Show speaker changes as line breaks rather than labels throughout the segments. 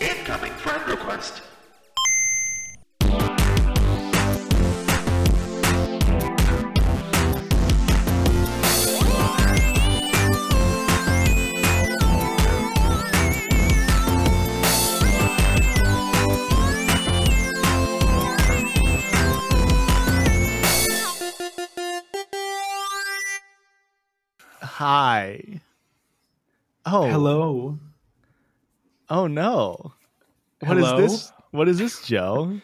Incoming friend request.
Hi. Oh.
Hello.
Oh no. What is
Hello?
this? What is this, Joe?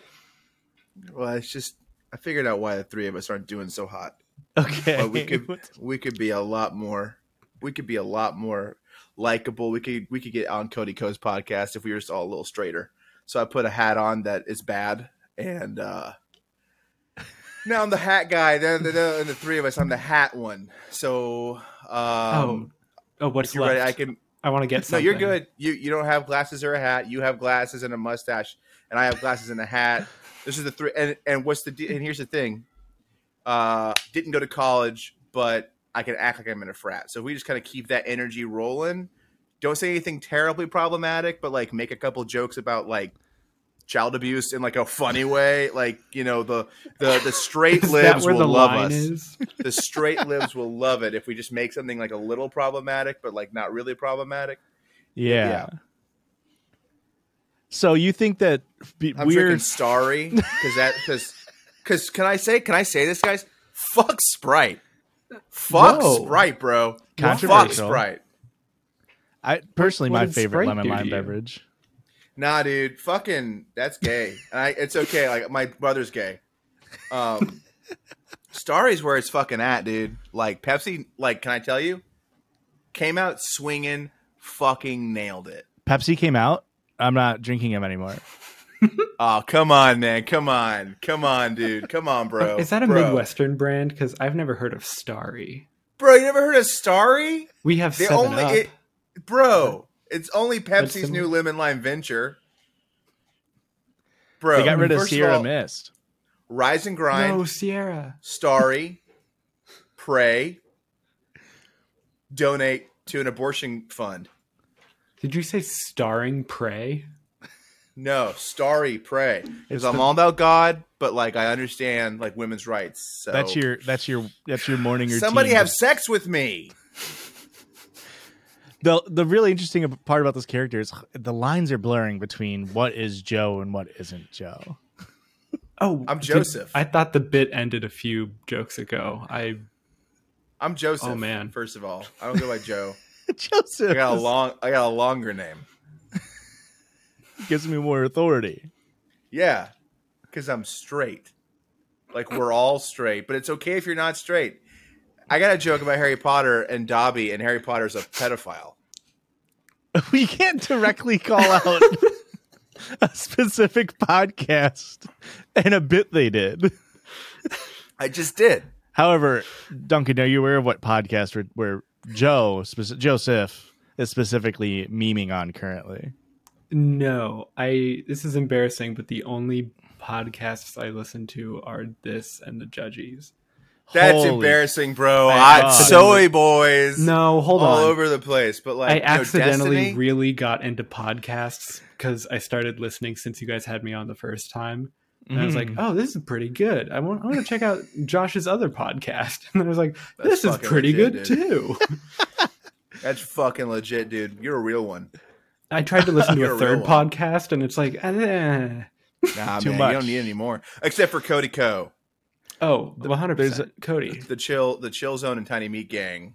Well, it's just I figured out why the three of us aren't doing so hot.
Okay.
But we could we could be a lot more we could be a lot more likable. We could we could get on Cody Co's podcast if we were just all a little straighter. So I put a hat on that is bad and uh now I'm the hat guy. Then the, the, the three of us, I'm the hat one. So, um,
oh, oh,
if
what's
you're
left?
ready, I can.
I want to get
No,
something.
you're good. You you don't have glasses or a hat. You have glasses and a mustache, and I have glasses and a hat. This is the three. And and what's the de- and here's the thing. Uh, didn't go to college, but I can act like I'm in a frat. So if we just kind of keep that energy rolling, don't say anything terribly problematic, but like make a couple jokes about like child abuse in like a funny way. Like you know the the the straight
Is that
libs
where
will
the
love
line
us
is?
the straight libs will love it if we just make something like a little problematic, but like not really problematic.
yeah.
yeah.
So you think that b-
I'm
we're
drinking Starry because that because because can I say can I say this guys? Fuck Sprite, fuck
Whoa.
Sprite, bro. Fuck
Controversial.
Sprite.
I personally
What
my
did
favorite
Sprite
lemon
do to
lime
you?
beverage?
Nah, dude, fucking that's gay. And I, it's okay. Like my brother's gay. Um, Starry's where it's fucking at, dude. Like Pepsi, like can I tell you? Came out swinging, fucking nailed it.
Pepsi came out. I'm not drinking them anymore.
Oh, come on, man. Come on. Come on, dude. Come on, bro.
Is that a
bro.
Midwestern brand? Because I've never heard of Starry.
Bro, you never heard of Starry?
We have
They
Seven
only
Up.
it Bro, it's only
That's
Pepsi's
the-
new lemon lime venture. Bro,
they got rid of
Oh, first
Sierra
all,
Mist.
Rise and Grind,
no, Sierra.
Starry, Pray, donate to an abortion fund.
Did you say starring prey?
No, Starry, Pray. Because
It's
I'm
the-
all about God, but like I understand like women's rights. So
That's your that's your that's your morning routine.
oh. somebody have sex with me.
the the really interesting part about this character is the lines are blurring between what is Joe and what isn't Joe.
Oh,
I'm
did-
Joseph.
I thought the bit ended a few jokes ago. I
I'm Joseph.
Oh, man.
First of all, I don't go by Joe.
Joseph
I got a
is-
long, I got a longer name.
gives me more authority.
Yeah, because I'm straight. Like we're all straight, but it's okay if you're not straight. I got a joke about Harry Potter and Dobby, and Harry Potter's a pedophile.
we can't directly call out a specific podcast and a bit they did.
I just did.
However, Duncan, are you aware of what podcast where, where Joe speci- Joseph is specifically memeing on currently?
no. I this is embarrassing, but the only podcasts I listen to are this and the Judgies.
That's
Holy-
embarrassing, bro. Ah,
I
I,
accidentally-
soy boys.
No, hold
all
on.
over the place. But like,
I
you know,
accidentally
Destiny-
really got into podcasts because I started listening since you guys had me on the first time. And I was like,
Mhm.
oh, this is pretty good. I want, I want to check out Josh's other podcast. And I was like,
That's
this is
fucking
pretty
legit,
good too.
dude. that's fucking legit, dude. You're a real one.
I tried to listen
You're
to
a
a
real
third
one.
podcast and it's like, eh.
Nah,
Too
man,
much.
you don't need any more, except for Cody Co.
oh, 100%.
There's a-
Cody.
the chill the chill zone and tiny meat gang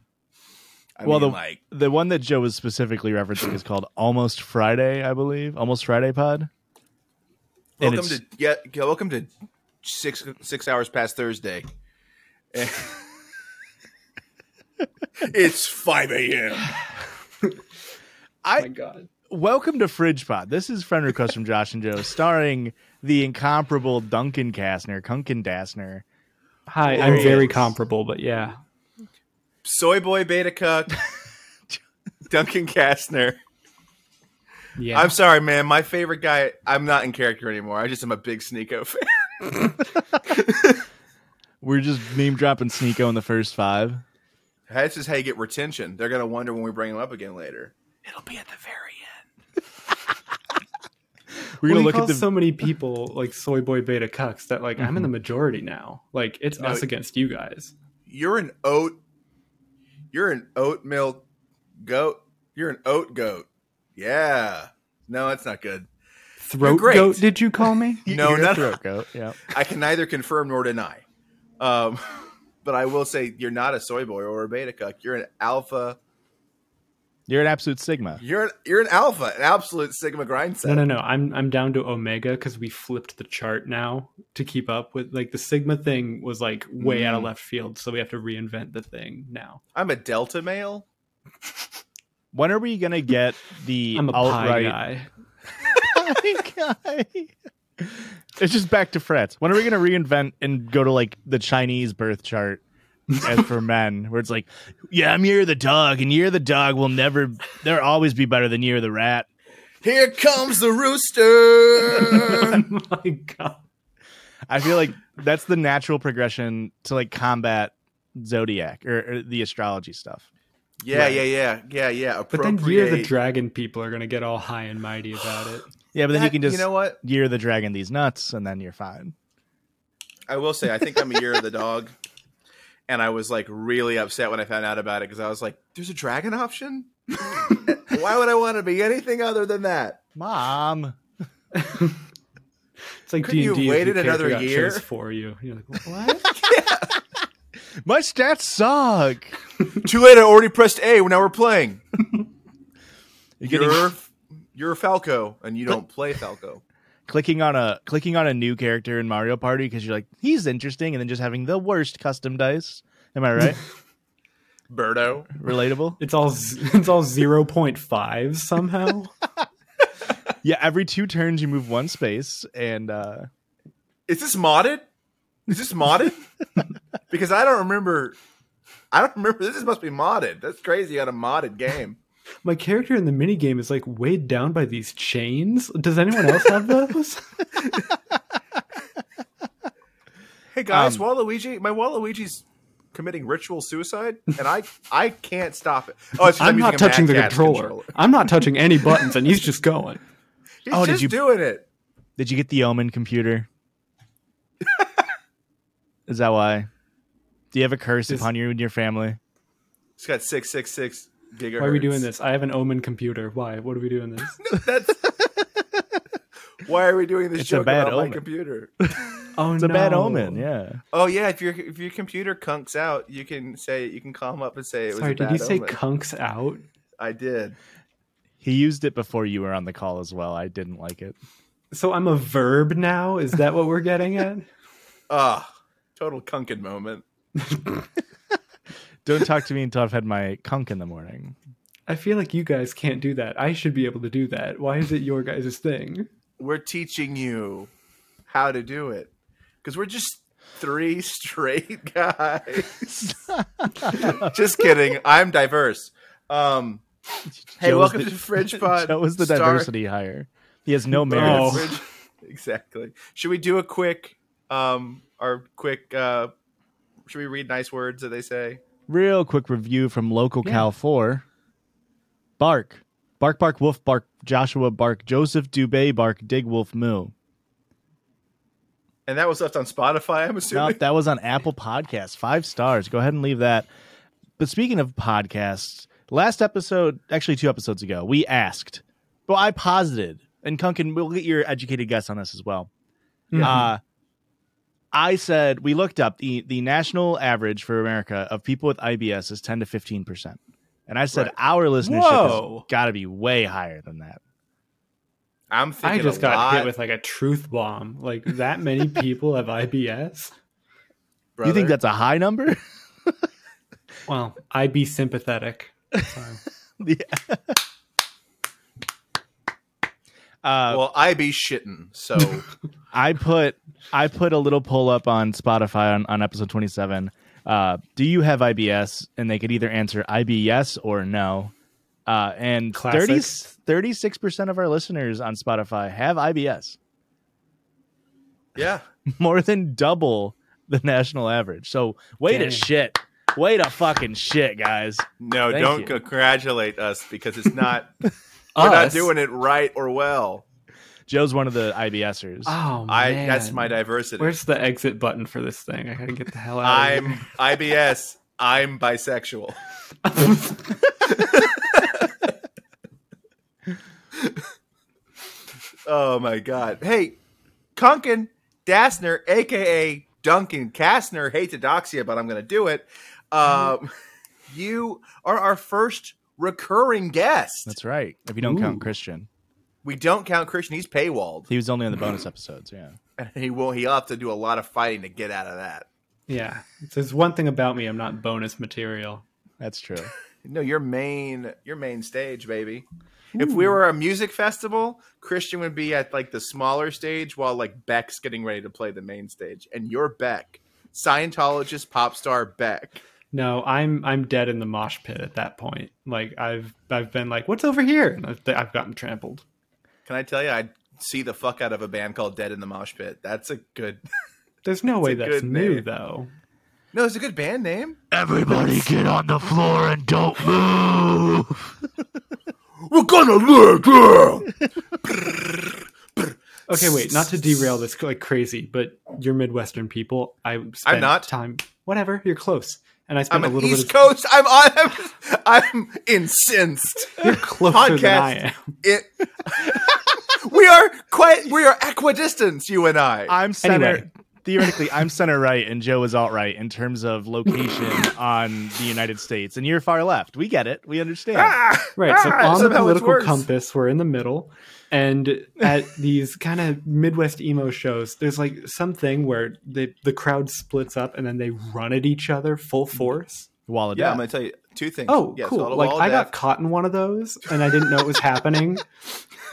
I
Well,
mean,
the-
like
The one that Joe was specifically referencing is called Almost Friday, I believe. Almost Friday Pod. And
welcome to
it's-
yeah yeah, welcome to six six hours past thursday it's 5 a.m
Oh my God.
Welcome to Fridge Pod. This is Friend Request from Josh and Joe, starring the incomparable Duncan Kastner, Kunkin Dastner.
Hi,
There
I'm
he
very
is.
comparable, but yeah.
Soy boy beta cuck. Duncan Kastner.
Yeah.
I'm sorry, man. My favorite guy. I'm not in character anymore. I just am a big Sneeko fan.
We're just name dropping Sneeko in the first five.
This is how you get retention. They're gonna wonder when we bring him up again later.
It'll be at the very end. We're
We're gonna
going
look at the
so many people like soy boy beta cucks that like I'm in the majority now. Like it's
No,
us
it-
against you guys.
You're an oat. You're an oat milk goat. You're an oat goat. Yeah. No, that's not good.
Throat
great.
goat, did you call me?
No,
you're a
not-
throat goat. Yeah.
I can neither confirm nor deny. Um, but I will say you're not a soy boy or a beta cuck. You're an alpha.
You're an absolute sigma.
You're an, you're an alpha, an absolute sigma grind set.
No, no, no. I'm I'm down to omega because we flipped the chart now to keep up with like the sigma thing was like way out of left field, so we have to reinvent the thing now.
I'm a delta male.
When are we gonna get the
I'm a
outright
pie guy.
Pie guy. It's just back to frets. When are we gonna reinvent and go to like the Chinese birth chart as for men, where it's like, yeah, I'm year of the dog, and year of the dog will never, there'll always be better than year of the rat.
Here comes the rooster.
Oh my god.
I feel like that's the natural progression to like combat zodiac or, or the astrology stuff.
yeah, yeah, yeah, yeah, yeah.
But then year the
Appropriate.
dragon people are gonna get all high and mighty about it.
Yeah, but then you
That-
can just
you know what?
year the dragon these nuts, and then you're fine.
I will say, I think I'm a year of the dog, and I was like really upset when I found out about it because I was like, "There's a dragon option? Why would I want to be anything other than that?"
Mom,
It's like
Couldn't
D
you
and
have
D.
waited another year?
for you. You're like, what?
my stats suck.
Too late. I already pressed A. Now we're playing.
You're
You're
getting-
you're Falco, and you don't play Falco.
clicking on a clicking on a new character in Mario Party because you're like he's interesting, and then just having the worst custom dice. Am I right?
Birdo.
Relatable.
It's all z- it's all zero point five somehow.
Yeah, every two turns you move one space, and uh,
Is this modded? Is this modded? because I don't remember. I don't remember. This must be modded. That's crazy on a modded game.
My character in the minigame is like weighed down by these chains. Does anyone else have those?
Hey guys,
Um,
Waluigi, my Waluigi's committing ritual suicide, and I I can't stop it. Oh, it's 'cause
I'm
using
not
a Mad
touching the
Catz
controller. I'm not touching any buttons, and he's just going.
He's
Oh, did
just
you-
doing it.
did you get the Omen computer? Is that why? Do you have a curse
Is-
upon you and your family?
It's got six six six gigahertz.
Why are we doing this? I have an Omen computer. Why? What are we doing this?
That's why are we doing this
It's a
joke
bad
about
omen.
my computer?
Oh,
It's a bad omen. Yeah.
Oh yeah, if your if your computer kunks out, you can say you can call him up and say it was.
Sorry,
a bad
did you say
omen.
"cunks out"?
I did.
He used it before you were on the call as well. I didn't like it.
So I'm a verb now. Is that what we're getting at?
Ah, total kunkin moment.
Don't talk to me until I've had my conch in the morning.
I feel like you guys can't do that. I should be able to do that. Why is it your guys' thing?
we're teaching you how to do it because we're just three straight guys just kidding i'm diverse um
Joe
hey
is
welcome
the-
to fridge pod
That was the
Star-
diversity hire. He has no merits.
Welcome to Fridge- exactly should we do a quick um our quick uh should we read nice words that they say
Real quick review from local Cal 4. Bark. Bark, bark, wolf, bark, Joshua, bark, Joseph, Dubay, bark, dig, wolf, moo.
and that was left on spotify i'm assuming
No, that was on Apple Podcasts. Five stars. Go ahead and leave that. But speaking of podcasts, last episode, actually two episodes ago, we asked, well, I posited, and Kunkin, we'll get your educated guess on this as well. Uh, I said we looked up the the national average for America of people with IBS is ten to fifteen percent, and I said
Right.
our listenership has
Whoa.
got to be way higher than that.
i'm thinking
I just
a
got
lot,
hit with like a truth bomb. Like that many people have IBS.
You think
brother.
that's a high number?
Well, I'd be sympathetic. Sorry.
yeah. Uh,
well, I be shitting. So
I put I put a little poll up on Spotify on, on episode 27. Uh, do you have IBS? And they could either answer IB yes or no. Uh, and 30,
Classic.
36% of our listeners on Spotify have IBS,
yeah,
more than double the national average. So way to
Dang.
shit. Way to fucking shit, guys.
no,
Thank
don't
you.
congratulate us because it's not we're not
Us?
doing it right or well.
Joe's one of the IBSers.
Oh,
I
man.
that's my diversity.
Where's the exit button for this thing? I gotta get the hell out.
I'm IBS. I'm bisexual. oh my god! Hey, Kunkin Dassner, aka Duncan Kastner. Hate to dox you, but I'm going to do it. Um, you are our first recurring guest.
That's right. If you don't count Christian,
we don't count Christian; he's paywalled,
he was only on the bonus episodes. Yeah.
and he will. He'll have to do a lot of fighting to get out of that.
Yeah. There's one thing about me. I'm not bonus material.
That's true.
No, your main your main stage, baby. If we were a music festival, Christian would be at like the smaller stage while like Beck's getting ready to play the main stage. And you're Beck. Scientologist pop star Beck.
No, I'm I'm dead in the mosh pit at that point. Like I've I've been like, what's over here? And I've, I've gotten trampled.
Can I tell you I'd see the fuck out of a band called Dead in the Mosh Pit. That's a good
There's no way
a
that's
good
new
name.
though.
No, it's a good band name.
Everybody get on the floor and don't move.
We're gonna live here.
Okay, wait, not to derail this like crazy, but you're Midwestern people. I spent
not.
time. Whatever, you're close. And I spent
I'm
a
an
little
East
bit of
Coast. I'm on I'm, I'm incensed.
you're closer than I
podcast.
am.
It We are quite we are equidistant, you and I.
I'm center.
Anyway.
Theoretically, I'm center right and Joe is alt right in terms of location on the United States, and you're far left. We get it. We understand.
Right. So
Ah,
on the
somehow it's
political
worse.
compass, we're in the middle. And at these kind of Midwest emo shows, there's like something where they, the crowd splits up and then they run at each other full force.
Wall of
Yeah,
death.
I'm gonna tell you two things.
Mm. Oh,
Yes,
cool.
all-
Like
all
I
death.
got caught in one of those and I didn't know it was happening.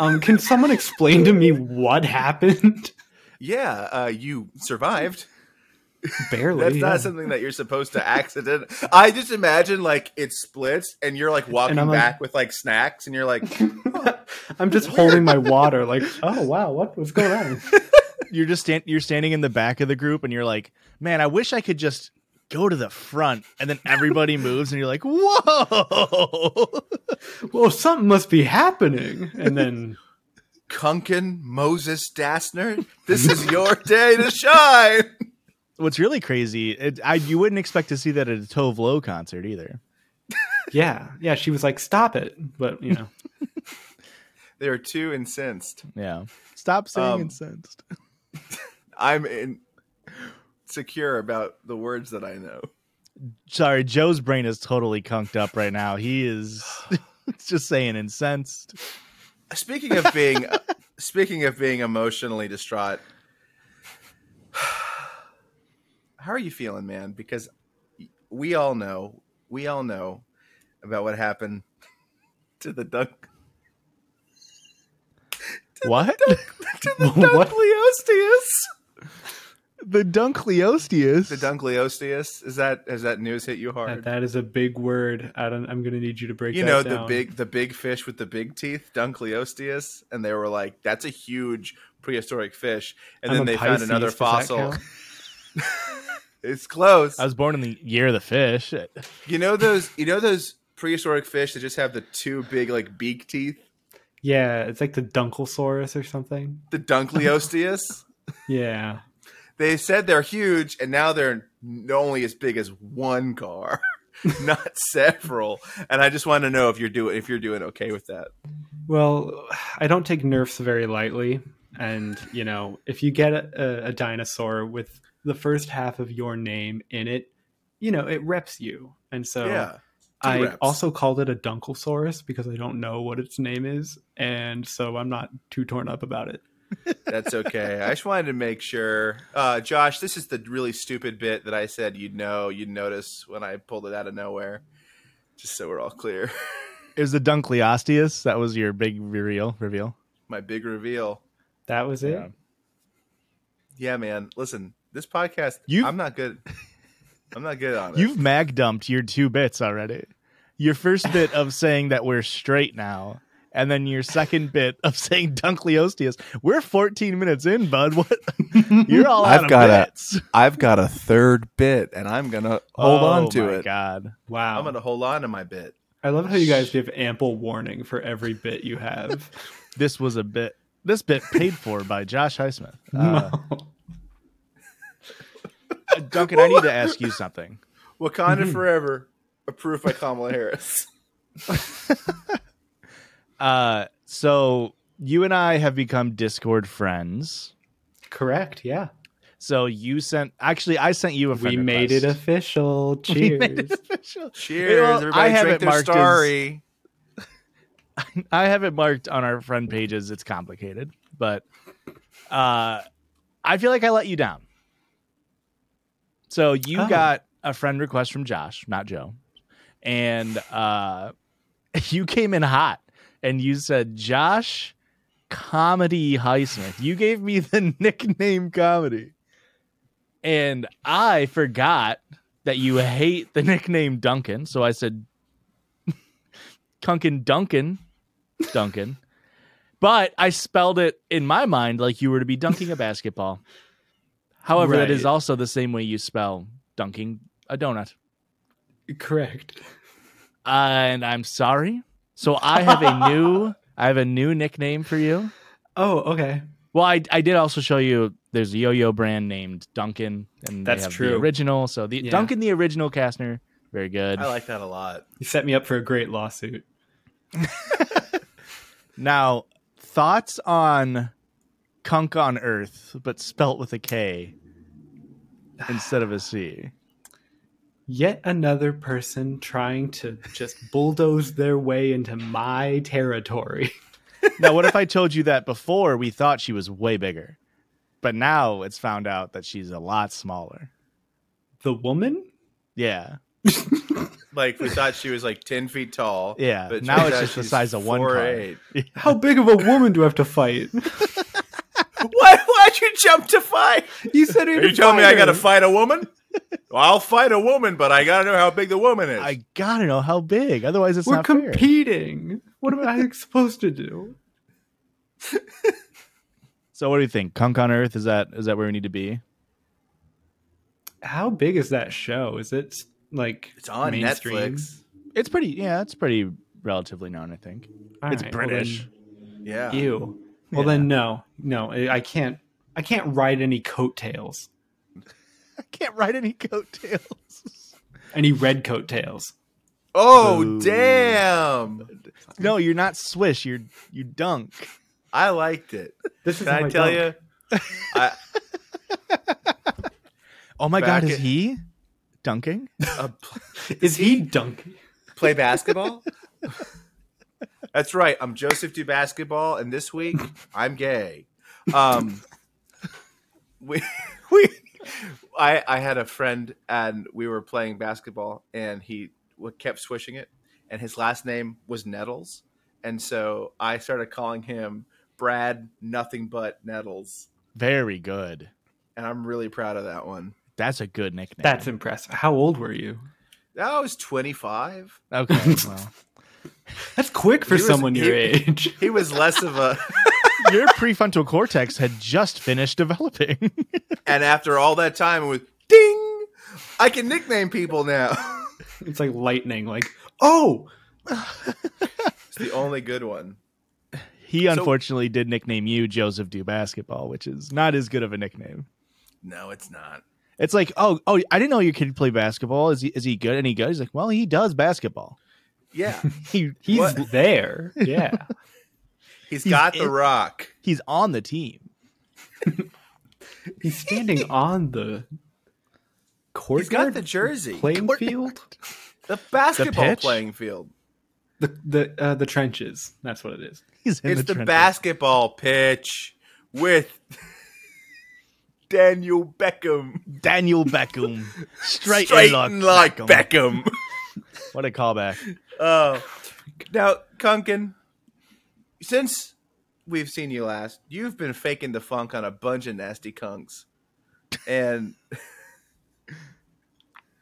Um, can someone explain to me what happened?
Yeah, uh, you survived.
Barely.
That's
yeah.
not something that you're supposed to accident. I just imagine like it splits and you're like walking
I'm like-
back with like snacks and you're like,
I'm just holding my water, like, oh wow, what was going on?
You're just stand- you're standing in the back of the group, and you're like, man, I wish I could just go to the front, and then everybody moves, and you're like, whoa.
well, something must be happening. And then
Kunkin Moses Dassner, this is your day to shine.
What's really crazy, it, I, you wouldn't expect to see that at a Tove Lo concert either.
yeah, yeah, she was like, stop it. But you know.
They're too incensed.
Yeah. Stop saying
Um,
incensed.
I'm in- secure about the words that I know.
Sorry, Joe's brain is totally cunked up right now. He is just saying incensed.
Speaking of being, speaking of being emotionally distraught, how are you feeling, man? Because we all know, we all know about what happened to the dunk
What?
to the Dunkleosteus.
the Dunkleosteus.
The Dunkleosteus is that has that news hit you
That,
hard?
that is a big word. I don't. I'm going to need you to break.
You
that
know the
down.
big the big fish with the big teeth, Dunkleosteus, and they were like, "That's a huge prehistoric fish." And
I'm
then
a
they found
Pisces,
another
does that
fossil.
count?
It's close.
I was born in the year of the fish.
You know those you know those prehistoric fish that just have the two big like beak teeth?
Yeah, it's like the Dunkelsaurus or something.
The Dunkleosteus?
Yeah,
they said they're huge and now they're n- only as big as one car. Not several. And I just want to know if you're doing if you're doing okay with that.
Well, I don't take nerfs very lightly, and you know, if you get a, a dinosaur with the first half of your name in it, you know, it reps you. And so
yeah.
I
reps.
also called it a Dunkelsaurus because I don't know what its name is, and so I'm not too torn up about it.
That's okay. I just wanted to make sure. Uh, Josh, this is the really stupid bit that I said you'd know, you'd notice when I pulled it out of nowhere. Just so we're all clear.
It was the Dunkleosteus. That was your big reveal. Reveal.
my big reveal.
That was it.
Yeah.
Yeah, man. Listen, this podcast.
You've-
I'm not good. I'm not good on it.
You've mag dumped your two bits already. Your first bit of saying that we're straight now, and then your second bit of saying Dunkleosteus. We're 14 minutes in, bud. What? You're all
I've
out
got a-
of bits.
I've got a third bit, and I'm gonna hold on
Oh
to
my
it.
God.
Wow.
I'm gonna hold on to my bit.
I love how you guys give ample warning for every bit you have.
This was a bit. This bit paid for by Josh Highsmith. Uh, Duncan, I need to ask you something.
Wakanda Forever, approved by Kamala Harris.
Uh, so you and I have become Discord friends.
Correct. Yeah.
So you sent. Actually, I sent you a. Friend
we made
request.
it official. Cheers.
We made it official.
Cheers!
Well,
Everybody,
I have
drink
it
their
marked as-
starry.
I have it marked on our friend pages. It's complicated, but uh, I feel like I let you down. So you
Oh.
got a friend request from Josh, not Joe, and uh, you came in hot and you said Josh Comedy Highsmith. You gave me the nickname Comedy, and I forgot that you hate the nickname Duncan. So I said Kunkin Duncan, Duncan. but I spelled it in my mind like you were to be dunking a basketball. However, that is
Right.
also the same way you spell dunking a donut. Uh,
Correct.
and I'm sorry. So I have a new I have a new nickname for you.
Oh, okay.
Well, I, I did also show you there's a yo-yo brand named Duncan, and they
That's
have the
true.
original. So the
Yeah.
Duncan, the original Castner, very good.
I like that a lot.
You set me up for a great lawsuit.
Now, thoughts on Kunk on Earth, but spelt with a K instead of a C.
Yet another person trying to just bulldoze their way into my territory.
Now, what if I told you that before we thought she was way bigger, but now it's found out that she's a lot smaller?
The woman?
Yeah,
Like we thought she was like ten feet tall.
Yeah,
but it
now
turns
it's
out
just the
she's
size of one
4'8".
How big of a woman do I have to fight?
Why? Why'd you jump to fight?
You said
Are you telling me I gotta fight a woman? Well, I'll fight a woman, but I gotta know how big the woman is.
I gotta know how big, otherwise it's
We're
not fair.
competing. What am I supposed to do?
So, what do you think? Kunk on Earth is that is that where we need to be?
How big is that show? Is it like
it's on
mainstream?
Netflix.
It's pretty. Yeah, it's pretty relatively known. I think
All
it's
right, well
British.
Yeah.
then- ew. Well then, no, no, I I can't. I can't ride any coattails,
I can't write any coattails.
any red coattails.
Oh
Boo.
damn!
no, you're not swish. You're you dunk.
I liked it.
This is
Can I tell you? I,
Oh my
Back
god, is
at-
he dunking?
uh, pl-
you? Is he dunking?
play basketball. That's right. I'm Joseph do basketball, and this week I'm gay. Um, we we I I had a friend, and we were playing basketball, and he w- kept swishing it, and his last name was Nettles, and so I started calling him Brad Nothing But Nettles,
Very good.
and I'm really proud of that one.
That's a good nickname.
That's impressive. How old were you?
I was 25.
okay. Well,
That's quick for
He was-
someone your
he-
age.
He was less of a.
your prefrontal cortex had just finished developing.
And after all that time, it was ding. I can nickname people now.
It's like lightning. Like, oh,
it's the only good one.
he unfortunately did nickname you Joseph Do Basketball, which is not as good of a nickname.
No, it's not.
It's like, oh, oh, I didn't know your kid played basketball. Is he is he good? And he good? He's like, well, he does basketball.
Yeah,
He
he's
What?
there. Yeah.
he's got the
in-
rock.
he's on the team.
He's standing on the court.
He's got the jersey,
playing field.
the basketball
pitch?
playing field.
The the uh, the trenches. That's what it is.
He's in
it's
the,
the,
trenches.
basketball pitch with Daniel Beckham,
Daniel Beckham, straight,
straight
like,
like Beckham.
What a callback!
Oh, now Kunkin, since we've seen you last, you've been faking the funk on a bunch of nasty cunks. And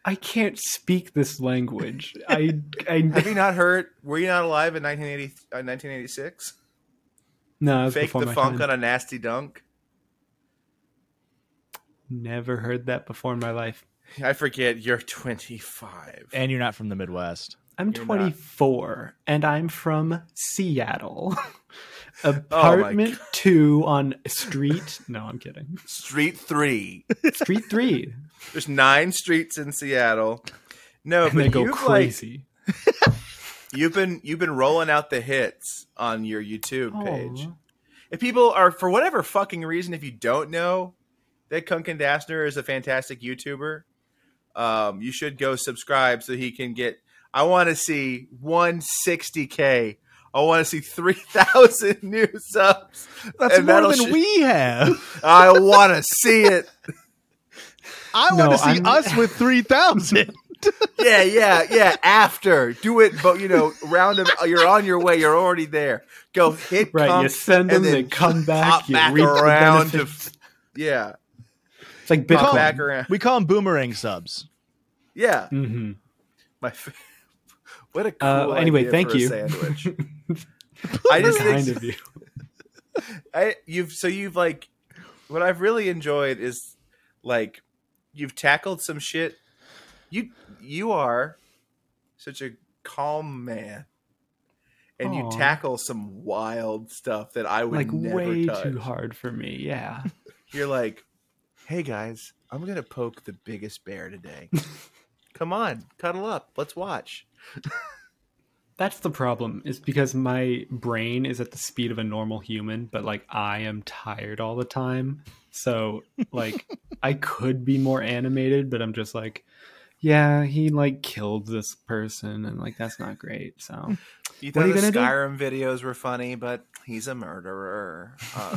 I can't speak this language. I,
have
I
you not heard? Were you not alive in 1980, uh, 1986?
no, it was
Fake
before
the
my
funk
time.
on a nasty dunk.
Never heard that before in my life.
I forget. You're 25.
and you're not from the Midwest.
I'm
You're not.
24 and I'm from Seattle.
Oh
Apartment two on street. No, I'm kidding.
Street three.
Street three.
There's nine streets in Seattle. No,
And
but
they go
you've,
crazy.
Like, you've been you've been rolling out the hits on your YouTube
Oh,
page.
Aw.
If people are for whatever fucking reason, if you don't know that Kunkin Dastner is a fantastic YouTuber, um, you should go subscribe so he can get. I want to see 160k. I want to see 3,000 new subs.
That's
And
more
that'll
than
sh-
we have.
I want to see it.
I
No,
want to see
I'm-
us with three thousand.
yeah, yeah, yeah. After do it, but you know, round of you're on your way. You're already there. Go hit
Right, you
Conk,
send them,
and
they
then
come back,
hop
you
back
reap the
around to,
benefits.
yeah,
It's like
hop
Bitcoin.
back around.
We call them boomerang subs.
Yeah,
hmm
my fa- what a cool
Uh, anyway,
idea
thank
for a
you.
sandwich. I just
Kind
think
of you.
I, you've so you've like what I've really enjoyed is like you've tackled some shit. You you are such a calm man, and
Aw.
you tackle some wild stuff that I would
Like
never
way
touch.
too hard for me. Yeah.
You're like, hey guys, I'm gonna poke the biggest bear today. Come on, cuddle up. Let's watch.
That's the problem, is because my brain is at the speed of a normal human, but like I am tired all the time. So like I could be more animated, but I'm just like, yeah, he like killed this person and like that's not great.
Hmm.
So
You
What
thought
are you
the
gonna
Skyrim videos were funny, but he's a murderer. Uh,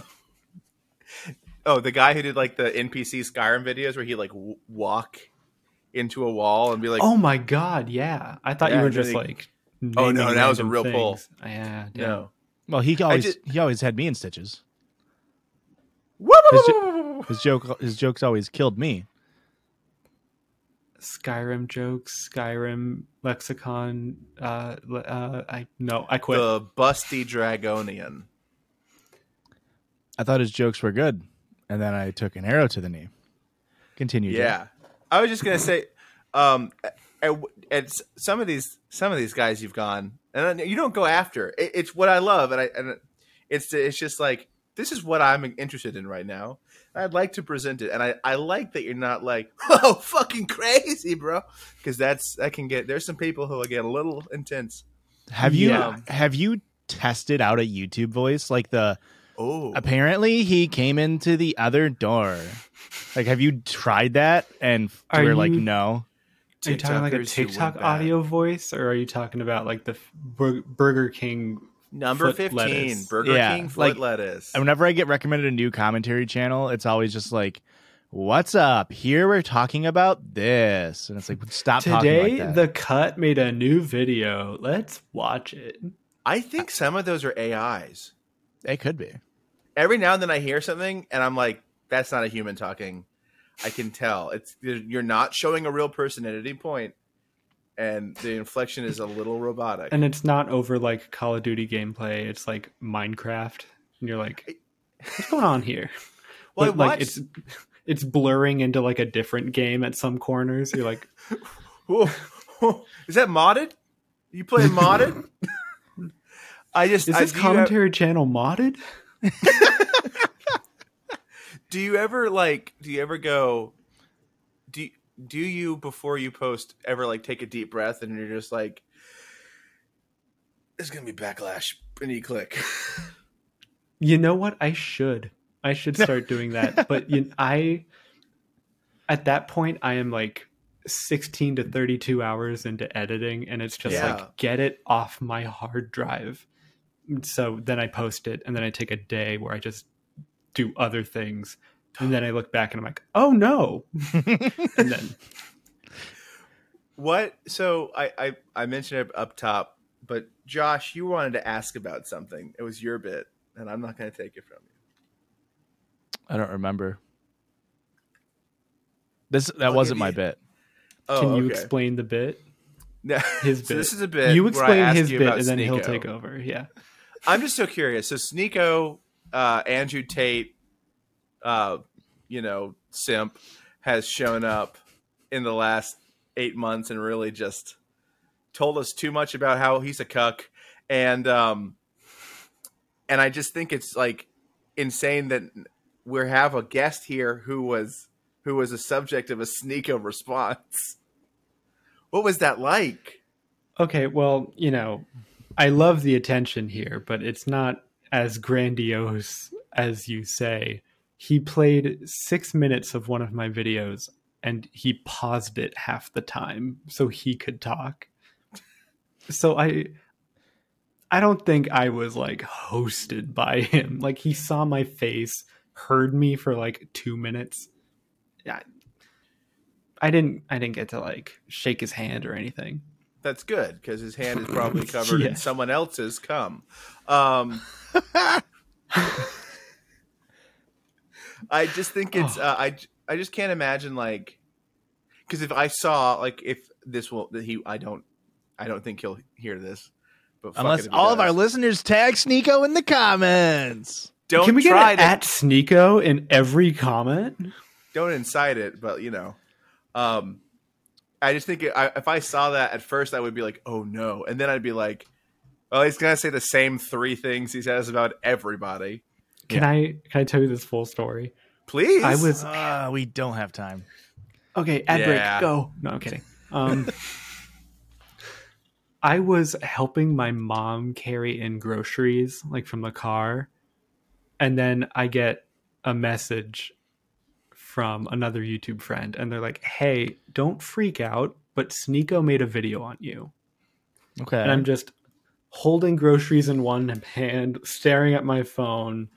oh, the guy who did like the NPC Skyrim videos where he like w- walk into a wall and be like,
Oh my god, yeah. I thought
Yeah,
you were
and then
just
they-
like
Oh, no,
naming
that was a
random
real pull.
things. Yeah, yeah.
no.
Well, he always
just-
he always had me in stitches.
Woo, woo,
His, jo-
woo,
his joke his jokes always killed me.
Skyrim jokes, Skyrim lexicon. Uh, le- uh, I no, I quit.
the busty dragonian.
I thought his jokes were good, and then I took an arrow to the knee. Continue. Jake.
Yeah, I was just gonna say, um, at, at s- some of these some of these guys you've gone, and then you don't go after. It, it's what I love, and I and it's it's just like this is what I'm interested in right now. and I'd like to present it, and I I like that you're not like oh fucking crazy, bro, because that's that can get there's some people who will get a little intense.
Have you
Yeah.
have you tested out a YouTube voice like the
Oh,
apparently he came into the other door? Like, have you tried that? And
Are
we're like,
you-
no.
Are you talking like a
TikTokers who went
TikTok
bad.
audio voice, or are you talking about like the f- Bur- Burger King?
number
foot
fifteen
lettuce.
Burger
Yeah,
King foot
like-
lettuce?
And whenever I get recommended a new commentary channel, it's always just like, "What's up? Here we're talking about this," and it's like, "Stop
Today,
talking like that."
the cut made a new video. Let's watch it.
I think some of those are AIs.
it could be.
every now and then I hear something and I'm like, that's not a human talking. I can tell it's you're not showing a real person at any point, and the inflection is a little robotic.
And it's not over like Call of Duty gameplay. It's like Minecraft, and you're like, what's going on here?
well, I
But, like
watched,
it's it's blurring into like a different game at some corners. You're like,
Whoa. is that modded? You play modded? I just
is
I-
this
do you have-
commentary channel modded?
do you ever like? Do you ever go? Do do you before you post ever like take a deep breath and you're just like, there's gonna be backlash, and you click.
You know what? I should. I should start doing that. But you, I, at that point, I am like 16 to 32 hours into editing, and it's just
Yeah.
like, get it off my hard drive. So then I post it, and then I take a day where I just do other things. And then I look back and I'm like, oh no. and then,
What? So I, I I mentioned it up top, but Josh, you wanted to ask about something. It was your bit. and I'm not going to take it from you.
I don't remember. This that
give
wasn't my
you-
bit.
Oh,
Can you
okay.
explain the bit?
No,
His
so
bit.
this is a bit.
You
where I
explain
ask
his
you
bit,
about
and then he'll
Sneeko.
take over. Yeah.
I'm just so curious. So Sneeko, uh, Andrew Tate, uh, you know, simp has shown up in the last eight months and really just told us too much about how he's a cuck, and um, and I just think it's like insane that we have a guest here who was who was a subject of a Sneeko response. What was that like?
Okay. Well, you know, I love the attention here, but it's not as grandiose as you say. He played six minutes of one of my videos and he paused it half the time so he could talk. So I. I don't think I was like hosted by him. Like he saw my face, heard me for like 2 minutes. Yeah. I didn't I didn't get to like shake his hand or anything.
That's good because his hand is probably covered
Yeah.
in someone else's cum. Um, I just think it's uh, I j- I just can't imagine like because if I saw like if this will that he I don't I don't think he'll hear this. But fuck it
Unless
if he
all of
does.
our listeners tag Sneeko in the comments.
don't
Can we get
try
an
to,
at Sneeko in every comment?
don't incite it, but you know, um, I just think I, if I saw that at first, I would be like, oh no, and then I'd be like, well, he's gonna say the same three things he says about everybody.
Can I can I tell you this full story?
Please,
I was
Uh, we don't have time.
okay. Ad
Yeah.
break. Go. No, I'm kidding. Um, I was helping my mom carry in groceries, like from the car, and then I get a message from another YouTube friend, and they're like, "Hey, don't freak out, but Sneeko made a video on you."
Okay.
and I'm just holding groceries in one hand, staring at my phone.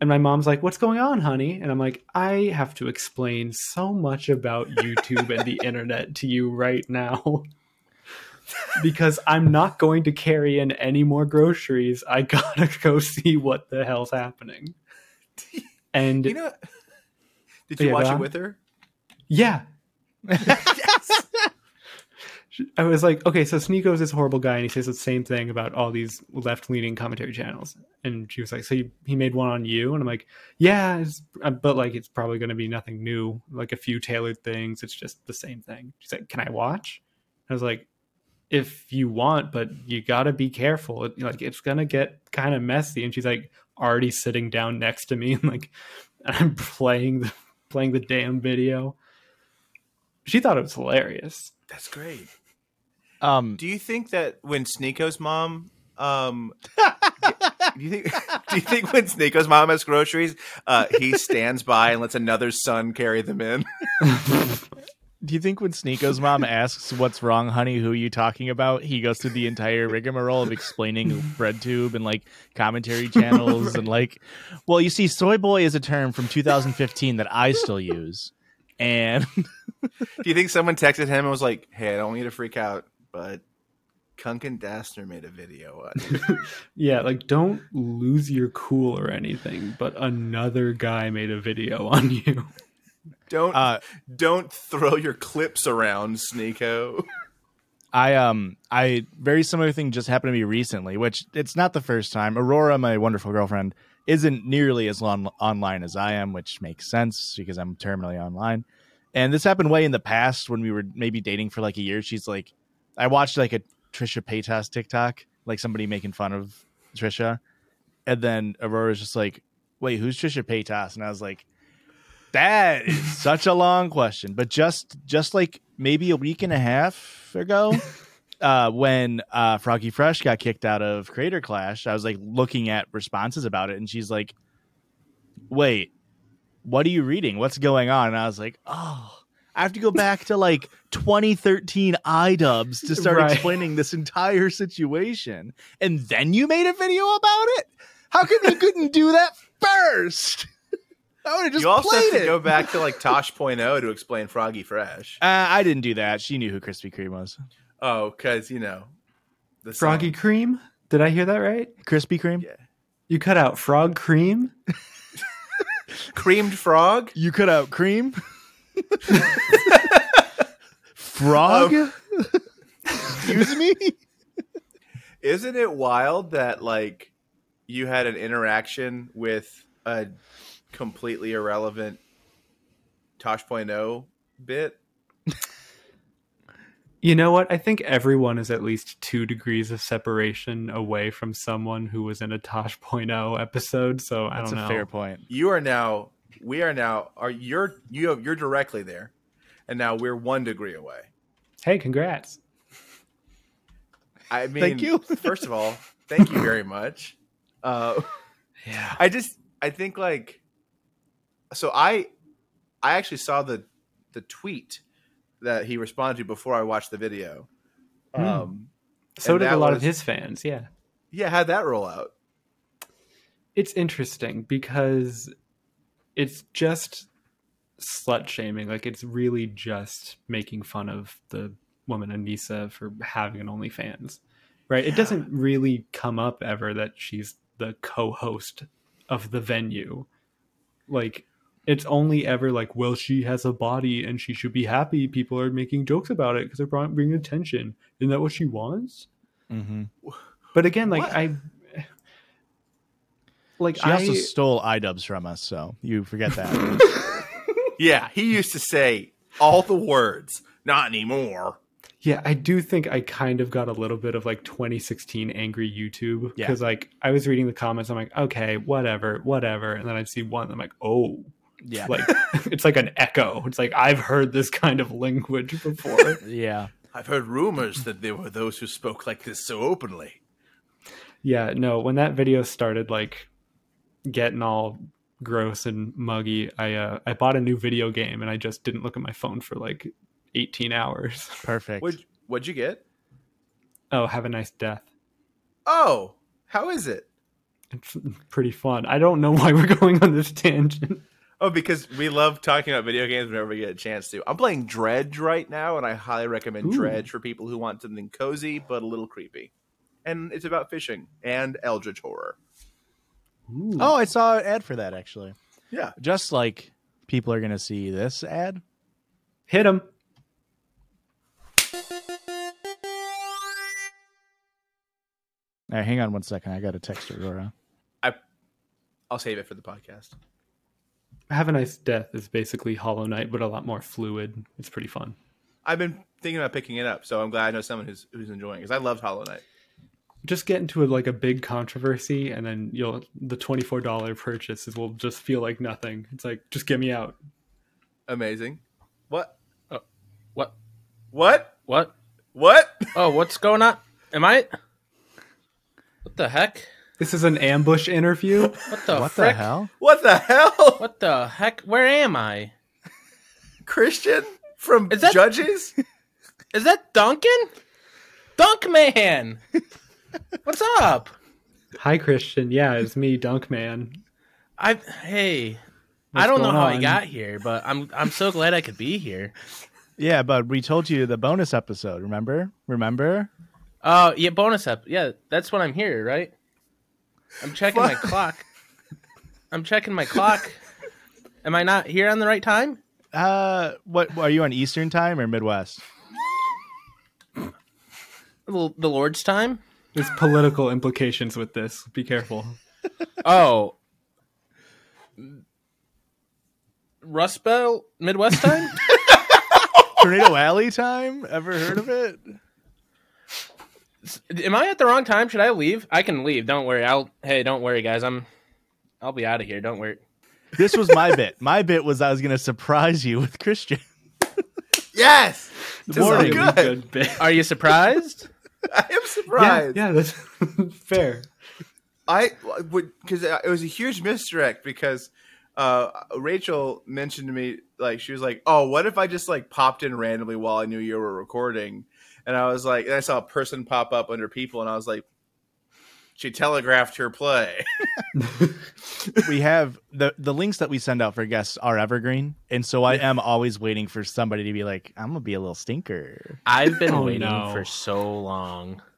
And my mom's like, "What's going on, honey?" And I'm like, "I have to explain so much about YouTube and the internet to you right now." because I'm not going to carry in any more groceries. I got to go see what the hell's happening. And
you know, did you
Oh, Yeah,
watch
go
it
on.
with her?
yeah. I was like, okay, so Sneeko's this horrible guy, and he says the same thing about all these left leaning commentary channels. And she was like, so you, he made one on you? And I'm like, yeah, it's, uh, but like, it's probably going to be nothing new, like a few tailored things. It's just the same thing. She's like, can I watch? I was like, if you want, but you got to be careful. It, like, it's going to get kind of messy. And she's like, already sitting down next to me, and like, I'm playing the playing the damn video. She thought it was hilarious.
That's great.
um,
Do you think that when Sneeko's mom, um, do you think do you think when Sneeko's mom has groceries, uh, he stands by and lets another son carry them in?
do you think when Sneeko's mom asks, "What's wrong, honey? Who you talking about?" He goes through the entire rigmarole of explaining BreadTube and like commentary channels and like, well, you see, soy boy is a term from 2015 that I still use, and
Do you think someone texted him and was like, "Hey, I don't want you to freak out, but Kunk and Dastner made a video on you."
Yeah, like don't lose your cool or anything, but another guy made a video on you.
Don't
uh,
don't throw your clips around, Sneeko."
I um I very similar thing just happened to me recently, which it's not the first time. Aurora, my wonderful girlfriend, isn't nearly as on- online as I am, which makes sense because I'm terminally online. And this happened way in the past when we were maybe dating for like a year. She's like, I watched like a Trisha Paytas TikTok, like somebody making fun of Trisha, and then Aurora's just like, "Wait, who's Trisha Paytas?" And I was like, "That is such a long question." But just just like maybe a week and a half ago, uh, when uh, Froggy Fresh got kicked out of Creator Clash, I was like looking at responses about it, and she's like, "Wait, what are you reading? What's going on?" And I was like, "Oh." I have to go back to like 2013 iDubbbz to start
Right.
explaining this entire situation. And then you made a video about it? How come you couldn't do that first? I would have just
You also have
played
to
it.
go back to like Tosh.0 to explain Froggy Fresh.
uh, I didn't do that. She knew who Krispy Kreme was.
Oh, because you know the song.
Froggy cream? Did I hear that right?
Krispy Kreme?
Yeah.
You cut out frog cream.
Creamed frog.
You cut out cream. Frog? Excuse me?
Isn't it wild that like you had an interaction with a completely irrelevant Tosh.0 bit?
You know what? I think everyone is at least two degrees of separation away from someone who was in a Tosh.0 episode. So I
That's
don't
a
know.
fair point.
You are now. We are now. Are you're you have, you're directly there, and now we're one degree away.
Hey, congrats.
I mean,
Thank you.
first of all, thank you very much. Uh,
Yeah.
I just I think like so I I actually saw the the tweet that he responded to before I watched the video.
Hmm.
Um,
So
and
did a
that
lot of
was-
his fans. Yeah.
yeah, had that roll out.
It's interesting because it's just slut shaming. Like it's really just making fun of the woman Anissa for having an OnlyFans. Right? It doesn't really come up ever that she's the co-host of the venue. Like it's only ever like, well, she has a body and she should be happy. People are making jokes about it because they're brought- bringing attention. Isn't that what she wants?
Mm-hmm.
But again, like
What?
I, like
She
I
also stole iDubbbz from us, so you forget that.
Yeah, he used to say all the words. Not anymore.
Yeah, I do think I kind of got a little bit of like 2016 angry YouTube
Yeah.
because like I was reading the comments, I'm like, okay, whatever, whatever, and then I'd see one, I'm like, oh,
yeah.
like it's like an echo. It's like I've heard this kind of language before.
yeah.
I've heard rumors that there were those who spoke like this so openly.
yeah, no, when that video started like getting all gross and muggy, I uh, I bought a new video game and I just didn't look at my phone for like 18 hours.
Perfect.
What what'd you get?
Oh, have a nice death.
Oh, how is it?
It's pretty fun. I don't know why we're going on this tangent.
Oh, because we love talking about video games whenever we get a chance to. I'm playing Dredge right now, and I highly recommend
Ooh.
Dredge for people who want something cozy but a little creepy. And it's about fishing and eldritch horror.
Ooh.
oh, I saw an ad for that, actually.
Yeah.
Just like people are going to see this ad.
Hit him.
All right, hang on one second. I got to text Aurora.
I'll save it for the podcast.
Have a Nice Death is basically Hollow Knight, but a lot more fluid. It's pretty fun.
I've been thinking about picking it up, so I'm glad I know someone who's who's enjoying it because I loved Hollow Knight.
Just get into a, like a big controversy, and then you'll the twenty four dollar purchase is will just feel like nothing. It's like just get me out.
Amazing. What?
Uh, What?
What?
What?
What?
Oh, what's going on? Am I? What the heck?
This is an ambush interview.
What the
what
frick?
the hell?
What the hell?
What the heck? Where am I?
Christian from
Is that-
Judges?
Is that Duncan? Dunk man. what's up?
Hi Christian, yeah, it's me, Dunk Man.
I hey.
What's
I don't know
going
how I
on?
got here, but I'm I'm so glad I could be here.
Yeah, but we told you the bonus episode, remember? Remember?
Oh yeah, bonus up. Yeah, that's when I'm here, right? I'm checking my clock. I'm checking my clock. Am I not here on the right time?
Uh, what are you on Eastern time or Midwest?
The the Lord's time.
There's political implications with this. Be careful.
Oh. Rust Belt Midwest time?
Tornado Alley time? Ever heard of it?
Am I at the wrong time? Should I leave? I can leave. Don't worry. I'll hey, don't worry guys. I'm I'll be out of here. Don't worry.
This was my bit. My bit was I was going to surprise you with Christian.
yes. This is
Really
good.
good bit.
Are you surprised?
I am
Yeah,
surprised.
yeah, that's fair.
I would because it was a huge misdirect because uh, Rachel mentioned to me like she was like, "Oh, what if I just like popped in randomly while I knew you were recording?" And I was like, and I saw a person pop up under people, and I was like, she telegraphed her play.
We have the the links that we send out for guests are evergreen, and so I am always waiting for somebody to be like, "I'm gonna be a little stinker."
I've been
Oh,
waiting
no.
for so long.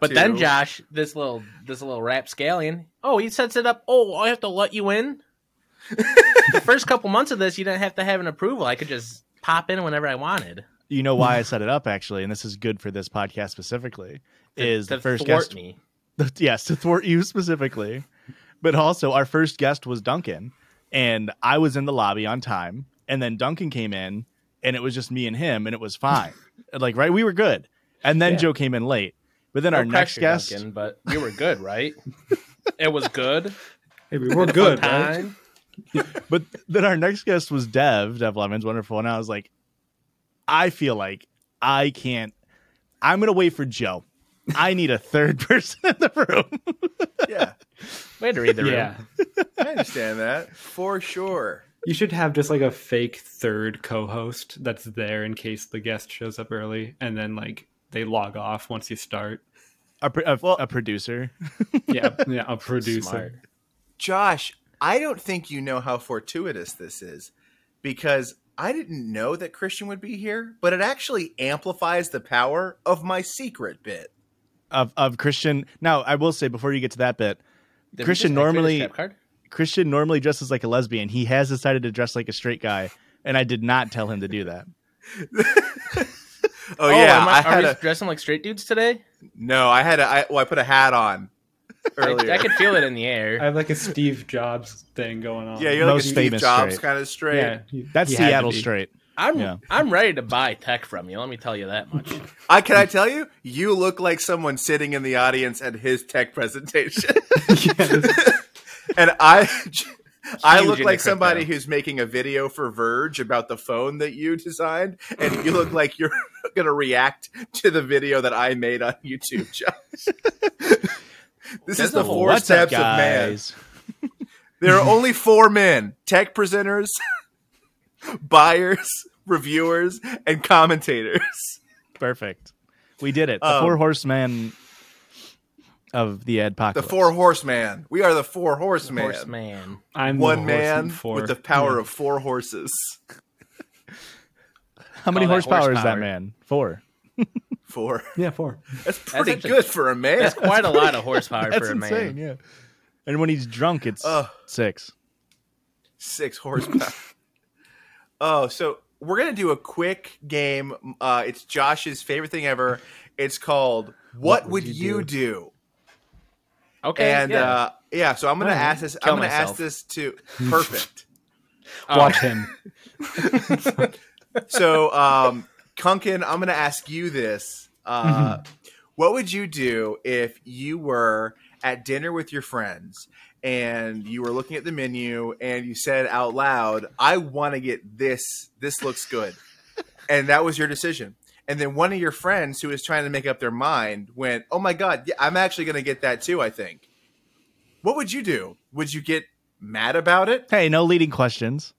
But then
Two.
Josh, this little this little rapscallion, oh, he sets it up. Oh, I have to let you in. the first couple months of this, you didn't have to have an approval. I could just pop in whenever I wanted.
You know why I set it up actually, and this is good for this podcast specifically. Is
to
the first
thwart
guest
me?
yes, to thwart you specifically. But also, our first guest was Duncan, and I was in the lobby on time, and then Duncan came in, and it was just me and him, and it was fine. like, right, we were good. And then
Yeah.
Joe came in late. But then
No
our next
pressure,
guest,
Duncan, but you were good, right? it was good.
Hey, we were good. right?
Time.
but then our next guest was Dev, Dev Lemon's wonderful, and I was like, I feel like I can't. I'm gonna wait for Joe. I need a third person in the room.
Yeah,
Way to read the room.
Yeah,
I understand that for sure.
you should have just like a fake third co-host that's there in case the guest shows up early, and then like they log off once you start.
a, pro- a, a producer.
Yeah, yeah, a producer.
Smart.
Josh, I don't think you know how fortuitous this is because I didn't know that Christian would be here, but it actually amplifies the power of my secret bit.
of of Christian. Now, I will say before you get to that bit,
Did we
Christian
just activate
normally-
his trap card?
Christian normally dresses like a lesbian. He has decided to dress like a straight guy, and I did not tell him to do that.
Oh,
Oh,
yeah,
am
I,
I, are
had
we
a
dressing like straight dudes today?
no. I had a I, well, I put a hat on
I,
earlier.
I could feel it in the
I
air.
have like a Steve Jobs thing going on.
yeah, you're like a
Most
Steve
famous
Jobs
straight.
kind of straight.
yeah. he-
That's
he had to
Seattle
be.
straight.
I'm
Yeah.
I'm ready to buy tech from you. Let me tell you that much.
I can I tell you, you look like someone sitting in the audience at his tech presentation, and I. I
Huge
look
into
like somebody
crypto.
who's making a video for Verge about the phone that you designed, and you look like you're going to react to the video that I made on YouTube, Josh. this is the
Well,
four
What's up,
steps of man.
guys?
There are only four men: tech presenters, buyers, reviewers, and commentators.
Perfect. We did it. The
Um,
four horsemen of the ad
The
apocalypse.
four horseman. We are the four horseman.
Horseman.
I'm the
One
horse
man
in four.
with the power
Yeah.
of four horses.
How many
All that
horsepower, is that
horsepower.
man? Four.
Four.
yeah four.
That's pretty
actually-
good for a man.
That's quite a lot of horsepower
That's
for a man.
insane. Yeah. And when he's drunk, it's
Ugh.
six.
Six horsepower. oh, so we're gonna do a quick game. Uh, it's Josh's favorite thing ever. It's called "What, Would You, Do?"
Okay.
And
yeah.
uh, yeah, so I'm gonna ask this.
Kill
I'm gonna ask
myself.
this to perfect.
Oh,
Watch him.
so um Kunkin, I'm gonna ask you this. Uh what would you do if you were at dinner with your friends and you were looking at the menu and you said out loud, I wanna get this, this looks good. and that was your decision. And then one of your friends who was trying to make up their mind went, Oh my god, yeah, I'm actually gonna get that too, I think. What would you do? Would you get mad about it?
Hey, no leading questions.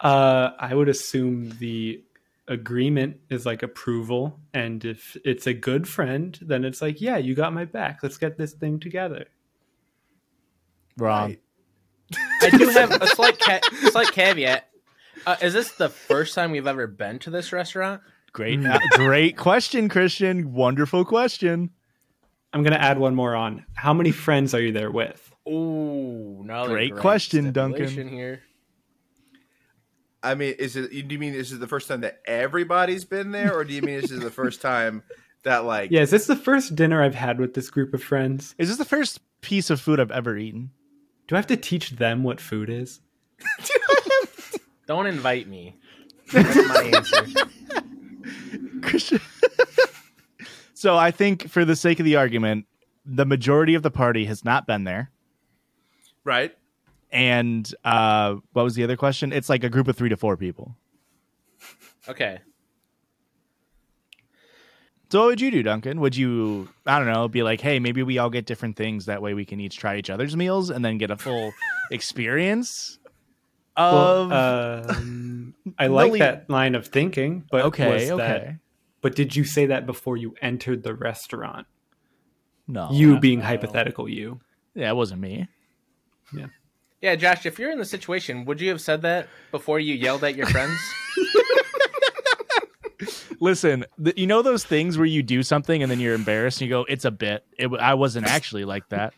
Uh, I would assume the agreement is like approval, and if it's a good friend, then it's like, yeah, you got my back. Let's get this thing together.
Wrong.
I do have a slight ca- slight caveat. Uh, is this the first time we've ever been to this restaurant?
Great. great question, Christian. Wonderful question.
I'm gonna add one more on. How many friends are you there with?
Ooh, another
Great question,
stipulation
Duncan.
Here,
I mean, is it? Do you mean is it the first time that everybody's been there, or do you mean this is the first time that like?
Yeah, is this the first dinner I've had with this group of friends?
Is this the first piece of food I've ever eaten?
Do I have to teach them what food is?
don't invite me. That's my answer.
Christian. so I think, for the sake of the argument, the majority of the party has not been there.
right?
And uh, what was the other question? It's like a group of three to four people.
Okay,
So what would you do, Duncan? Would you, I don't know, be like, hey, maybe we all get different things. That way we can each try each other's meals and then get a full experience of.
Well, um, I like
Lily-
that line of thinking, but
okay,
was
okay.
that- but did you say that before you entered the restaurant?
no.
you being hypothetical, you.
Yeah, it wasn't me.
yeah, Josh, if you're in the situation, would you have said that before you yelled at your friends?
Listen, th- you know those things where you do something and then you're embarrassed and you go, "It's a bit. It, w- I wasn't actually like that."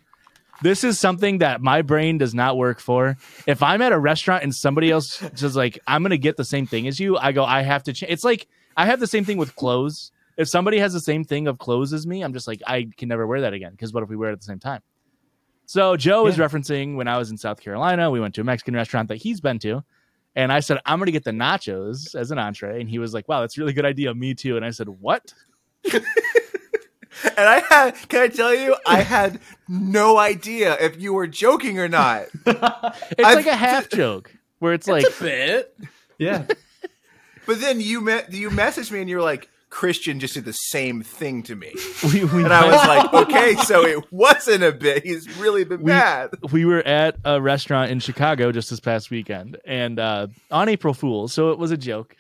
This is something that my brain does not work for. If I'm at a restaurant and somebody else says like, "I'm going to get the same thing as you," I go, "I have to change." It's like I have the same thing with clothes. If somebody has the same thing of clothes as me, I'm just like, I can never wear that again. Because what if we wear it at the same time? So Joe is referencing when I was in South Carolina, we went to a Mexican restaurant that he's been to. And I said, I'm going to get the nachos as an entree. And he was like, wow, that's a really good idea. Me too. And I said, what?
And I had, can I tell you, I had no idea if you were joking or not.
It's
I've-
like a half joke where it's like,
Bit.
Yeah.
But then you me- you messaged me and you were like, Christian just did the same thing to me.
we, we,
And I was like, okay, so it wasn't a bit. He's really been
We-
bad.
we were at a restaurant in Chicago just this past weekend and uh, on April Fool's. So it was a joke.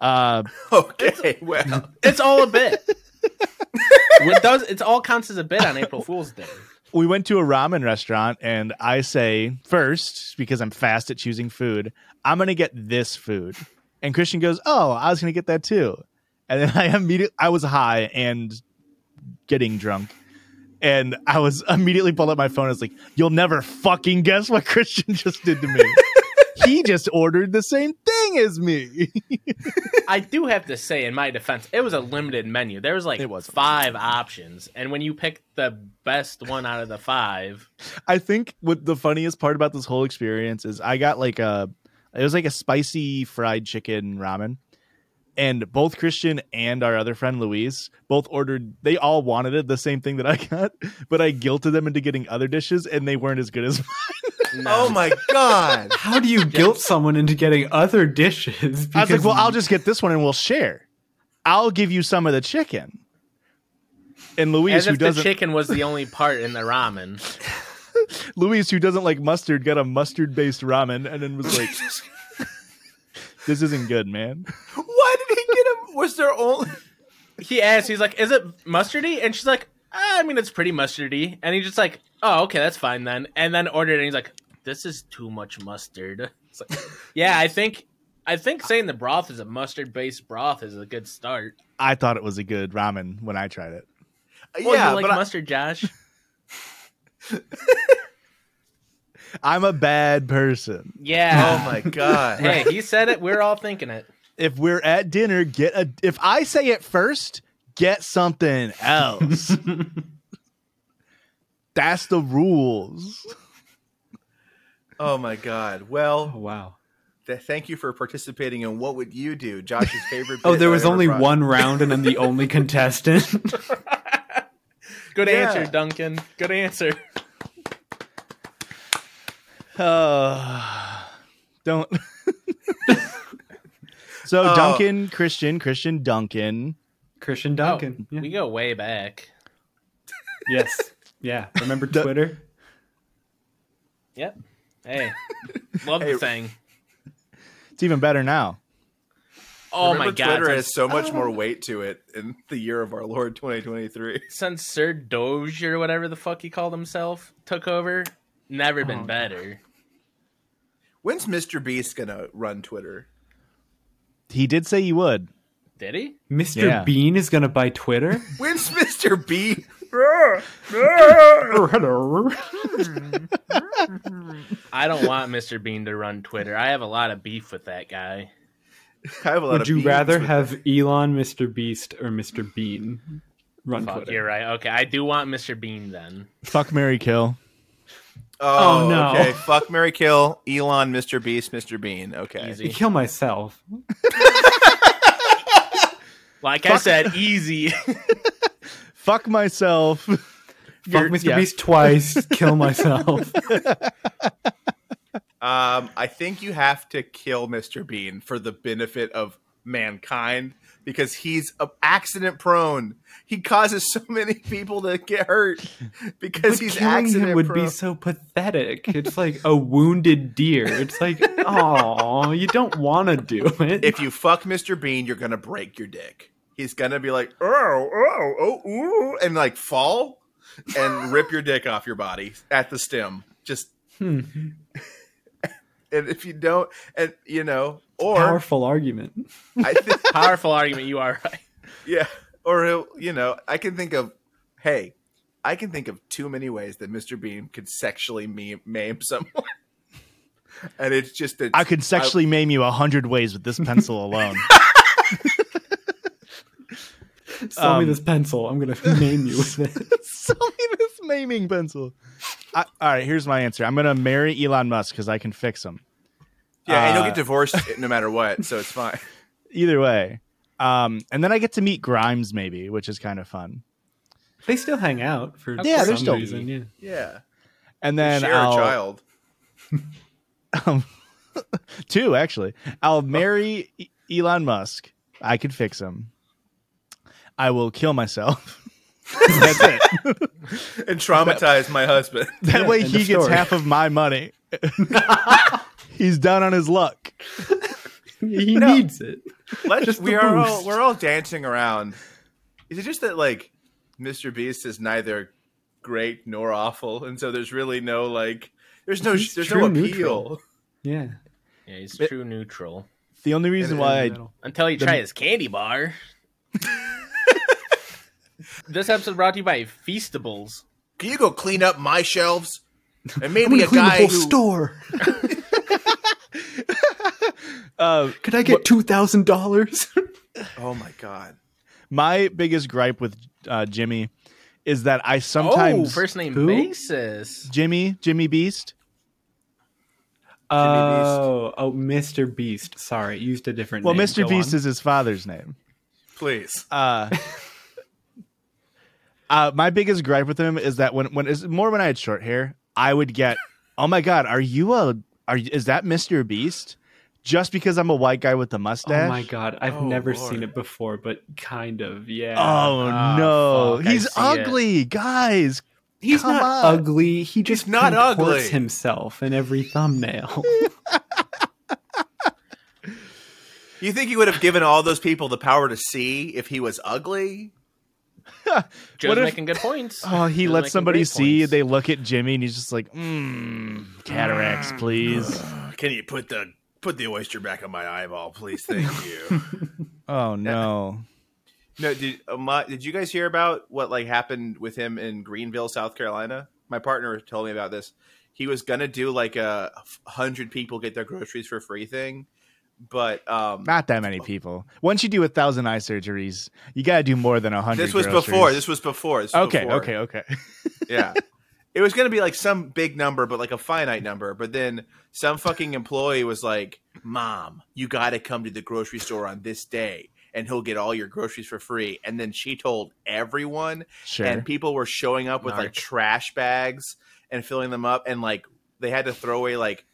Uh,
Okay, well,
It's all a bit. it does. It's all counts as a bit on April Fool's Day.
we went to a ramen restaurant and I say first because I'm fast at choosing food, I'm gonna get this food. And Christian goes, "Oh, I was gonna get that too." And then I immediately I was high and getting drunk, and I was immediately pulled up my phone. I was like, "You'll never fucking guess what Christian just did to me." He just ordered the same thing as me.
I do have to say, in my defense, it was a limited menu. There was like
It was.
five options, and when you pick the best one out of the five,
I think what the funniest part about this whole experience is I got like a it was like a spicy fried chicken ramen. And both Christian and our other friend Louise both ordered they all wanted it the same thing that I got, but I guilted them into getting other dishes and they weren't as good as
oh my god.
How do you guilt someone into getting other dishes?
I was like,
because
well, I'll just get this one and we'll share. I'll give you some of the chicken. And Louise,
as
who
if the
doesn't
chicken was the only part in the ramen.
Louise, who doesn't like mustard, got a mustard-based ramen and then was like, "This isn't good, man."
Why did he get him? Was there only.
He asked, he's like, "Is it mustardy?" And she's like, "Ah, "I mean, it's pretty mustardy." And he's just like, "Oh, okay, that's fine then." And then ordered, it, and he's like, "This is too much mustard." It's like, yeah, I think. I think saying the broth is a mustard-based broth is a good start.
I thought it was a good ramen when I tried it.
Well,
yeah,
you like
but I-
mustard, Josh.
I'm a bad person.
Yeah.
oh my god.
hey, he said it. We're all thinking it.
If we're at dinner, get a if I say it first, get something else. That's the rules.
Oh my god. Well,
Oh, wow.
th- thank you for participating in What Would You Do? Josh's favorite.
Oh,
bit
there
that I
was
ever
only
brought.
one round, and I'm the only contestant.
Good
Yeah.
answer, Duncan. Good answer.
Uh, don't. so
Oh.
Duncan, Christian, Christian, Duncan.
Christian
Oh,
Duncan. yeah.
We go way back.
yes. Yeah. Remember
The-
Twitter?
Yep. Hey, love
Hey.
the thing.
It's even better now.
Oh
Remember
my god! oh.
Twitter has
since-
so much more weight to it in the year of our Lord 2023.
Since Sir Doge or whatever the fuck he called himself took over, never
Oh.
been better.
When's Mr. Beast gonna run Twitter?
He did say you would.
Did he?
Mr.
Yeah.
Bean is gonna buy Twitter.
When's Mr. B?
I don't want Mr. Bean to run Twitter. I have a lot of beef with that guy.
I have a lot
Would
of
you
beans
rather
with-
have Elon, Mr. Beast, or Mr. Bean run
Fuck,
Twitter?
you're right. Okay, I do want Mr. Bean then.
Fuck Mary Kill.
Oh,
Oh, no.
Okay. Fuck Mary Kill, Elon, Mr. Beast, Mr. Bean. Okay.
Easy.
Kill myself.
Like I said, easy.
Fuck myself. You're-
Fuck Mr.
yeah.
Beast twice. Kill myself.
Um, I think you have to kill Mr. Bean for the benefit of mankind because he's uh, accident prone. He causes so many people to get hurt because he's
Killing
accident
him would
prone.
be so pathetic. It's like a wounded deer. It's like, oh, you don't want to do it.
if you fuck Mr. Bean, you're gonna break your dick. He's gonna be like, oh, oh, oh, ooh, and like fall and rip your dick off your body at
Hmm.
the stem. Just and if you don't, and you know, Or
Powerful argument.
I think,
Powerful argument. You are right.
yeah, or he'll, you know, I can think of, hey, I can think of too many ways that Mr. Bean could sexually maim, maim someone, and it's just that
I could sexually maim you a hundred ways with this pencil alone.
Sell me
Um,
this pencil. I'm gonna name you with it.
Sell me this maiming pencil. I, all right, here's my answer. I'm gonna marry Elon Musk because I can fix him.
yeah, and
uh,
he'll get divorced no matter what, so it's fine.
Either way, um, and then I get to meet Grimes maybe, which is kind of fun.
They still hang out for
Yeah, they're
some
still-
reason. Yeah.
Yeah,
And then
share
I'll,
a child.
two actually. I'll marry E- Elon Musk. I could fix him. I will kill myself. That's it.
and traumatize my husband.
That
Yeah,
way
end
he
of
gets
story.
half of my money. He's down on his luck.
He
No.
needs it.
Let's,
Just
we
the
are all
boost.
we're all dancing around. Is it just that like Mr. Beast is neither great nor awful, and so there's really no like there's no
He's
there's
true
no appeal.
neutral. Yeah.
Yeah, he's true neutral.
The only reason
And-
why I
and-
Until you try his candy bar. this episode brought to you by Feastables.
Can you go clean up my shelves? And
I'm
maybe
gonna
a
clean the
guy
whole
who
store.
uh,
Could I get two thousand dollars?
Oh my god.
my biggest gripe with uh, Jimmy is that I sometimes
oh, first name
Who?
basis.
Jimmy Jimmy Beast.
Oh, oh, Mr. Beast. Sorry, used a different.
Well,
name.
Mr.
Go
Beast
on.
is his father's name.
Please.
Uh, uh, my biggest gripe with him is that when when is more when I had short hair, I would get, oh my god, are you a are you- is that Mr. Beast? Just because I'm a white guy with a mustache.
Oh my god, I've
Oh,
never
Lord.
seen it before, but kind of, yeah.
Oh
Ah,
no,
fuck, I
he's
see it.
ugly, guys.
he's
come
not
on.
ugly. He just
not
comports
ugly.
himself in every thumbnail.
You think he would have given all those people the power to see if he was ugly?
Joe's
What if-
making good points.
Oh, he
Joe's
lets
making
somebody
great
see.
points.
They look at Jimmy, and he's just like, mm, cataracts, please.
Can you put the put the oyster back on my eyeball, please? Thank you.
Oh no.
no, did uh, my, did you guys hear about what like happened with him in Greenville, South Carolina? My partner told me about this. He was gonna do like a hundred people get their groceries for free thing, but um,
Not that many people. Once you do a thousand eye surgeries, you gotta do more than a hundred.
this was
groceries.
before. This was before. This was
okay,
before.
okay, okay.
yeah. It was going to be like some big number, but like a finite number. But then some fucking employee was like, Mom, you got to come to the grocery store on this day and he'll get all your groceries for free. And then she told everyone,
Sure.
and people were showing up with like
Narc.
trash bags and filling them up. And like they had to throw away like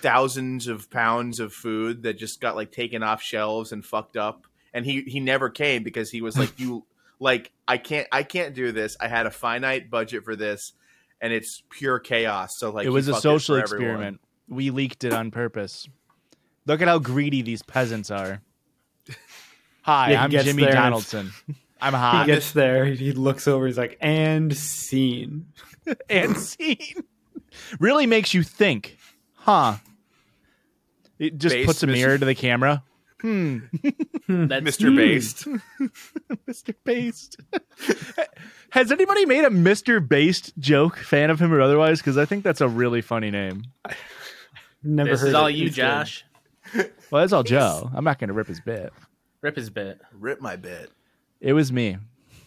thousands of pounds of food that just got like taken off shelves and fucked up and he he never came because he was like you like i can't i can't do this i had a finite budget for this and it's pure chaos so like
it
he
was a
fucked
social
for everyone.
experiment. We leaked it on purpose. Look at how greedy these peasants are. Hi,
Yeah, he
I'm
gets
Jimmy
there and-
Donaldson. I'm
he
hot
gets there, he looks over, he's like, and scene.
and seen. Really makes you think, huh? It just
Based
puts a
Mr.
mirror to the camera.
That's
Hmm.
mr based
Mr. Based. Has anybody made a Mr. Based joke, fan of him or otherwise? Because I think that's a really funny name.
Never
This
heard
is all
it.
you,
He's good.
Josh.
Well, that's all Joe. I'm not going to rip his bit.
Rip his bit.
rip my bit
It was me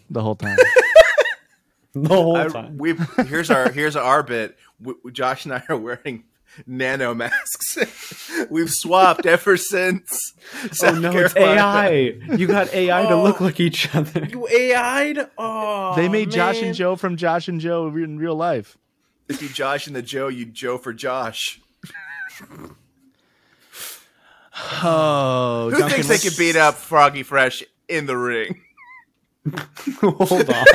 the whole time.
The whole
I,
time.
we here's our here's our bit W josh and i are wearing nano masks we've swapped ever since
Oh no, it's AI. You got AI to look like each other.
You AI'd? Oh.
they made Josh and Joe from Josh and Joe re- in real life.
if you josh and the joe you joe for josh
Oh,
who thinks they could beat up froggy fresh in the ring
Hold on.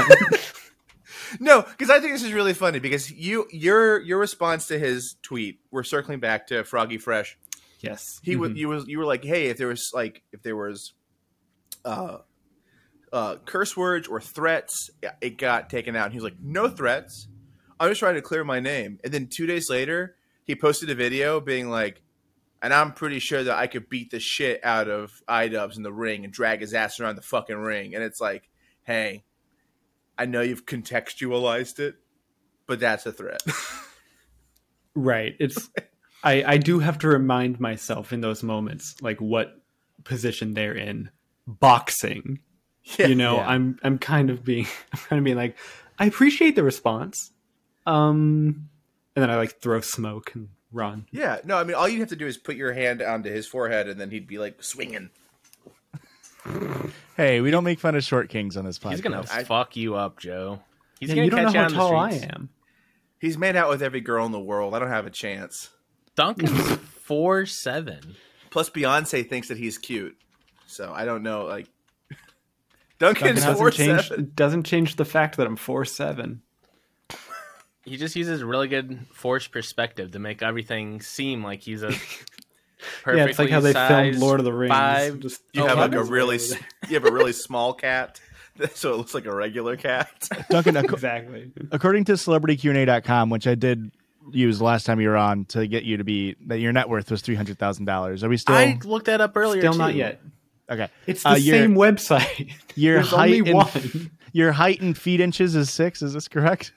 No, because I think this is really funny because you your your response to his tweet. We're circling back to Froggy Fresh.
yes. Mm-hmm.
He was you was you were like, hey, if there was like if there was, uh, uh, curse words or threats, it got taken out. And he was like, no threats. I'm just trying to clear my name. And then two days later, he posted a video being like, and I'm pretty sure that I could beat the shit out of Idubs in the ring and drag his ass around the fucking ring. And it's like, hey, I know you've contextualized it, but that's a threat.
Right. It's I I do have to remind myself in those moments like what position they're in. Boxing. you know,
Yeah.
I'm I'm kind of being I'm kind of being like I appreciate the response. Um and then I like throw smoke and run.
yeah, no, I mean, all you have to do is put your hand onto his forehead, and then he'd be like swinging.
Hey, we don't make fun of short kings on this podcast.
He's gonna
I-
fuck you up, Joe. He's
Yeah,
gonna
you don't know
catch you
how
on
tall
the
I
streets.
am.
He's made out with every girl in the world. I don't have a chance.
Duncan's four seven.
Plus, Beyonce thinks that he's cute, so I don't know. Like, Duncan's
Doesn't
four
change
seven.
doesn't change the fact that I'm four seven.
He just uses really good forced perspective to make everything seem like he's a perfectly
Yeah, it's like how they filmed
sized
Lord of the Rings.
Five.
Just-
You
Oh,
have like
wow.
a really, s- you have a really small cat, so it looks like a regular cat.
Duncan, ac-
Exactly.
according to celebrityqa.com, which I did use last time you were on to get you to be that your net worth was three hundred thousand dollars. Are we still
I looked that up earlier.
Still not
too.
yet.
okay?
It's the
Uh, your-
same website.
Your
There's only
height in-
one.
Your height in feet inches is six. Is this correct?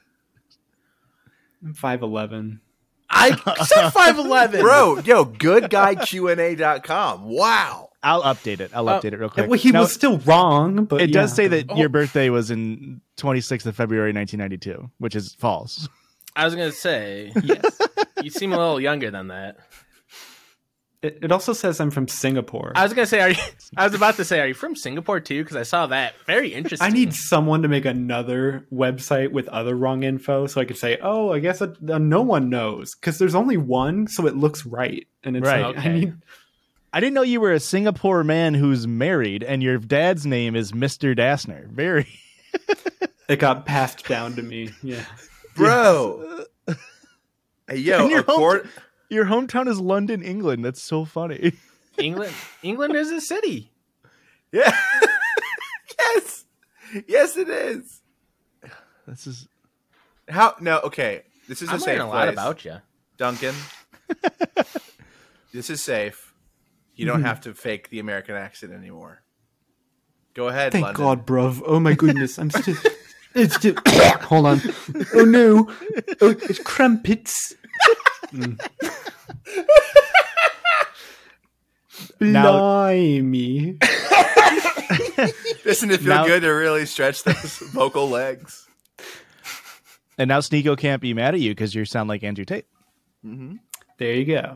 Five eleven.
I said five eleven,
Bro, yo, goodguyqa.com. Wow.
I'll update it. I'll
Uh,
update Oh, it real quick.
Well, he
Now,
was still wrong, but
It
yeah.
does say that your birthday was in 26th of February 1992, which is false.
I was gonna say
Yes.
you seem a little younger than that.
It, it also says I'm from Singapore.
I was gonna say, are you? I was about to say, are you from Singapore too? Because I saw that. Very interesting.
I need someone to make another website with other wrong info so I could say, oh, I guess it, uh, no one knows because there's only one, so it looks right. And it's
Right.
like, I
Okay.
need,
I didn't know you were a Singapore man who's married and your dad's name is Mr. Dassner. Very.
it got passed down to me. Yeah.
Bro. Hey, yo,
And your home-
accord-
Your hometown is London, England. That's so funny.
England. England is a city.
yeah. yes. Yes, it is.
This is
How? No, okay. This is
I'm
a
learning
safe
a lot
place.
about you.
Duncan. this is safe. You don't have to fake the American accent anymore. Go ahead,
Thank
London.
God, bruv. Oh my goodness. I'm still. It's still. Hold on. Oh no. Oh, it's crumpets. Mm.
Now-
Blimey.
Doesn't it feel
Now-
good to really stretch those vocal legs?
And now Sneeko can't be mad at you because you sound like Andrew Tate.
There you go.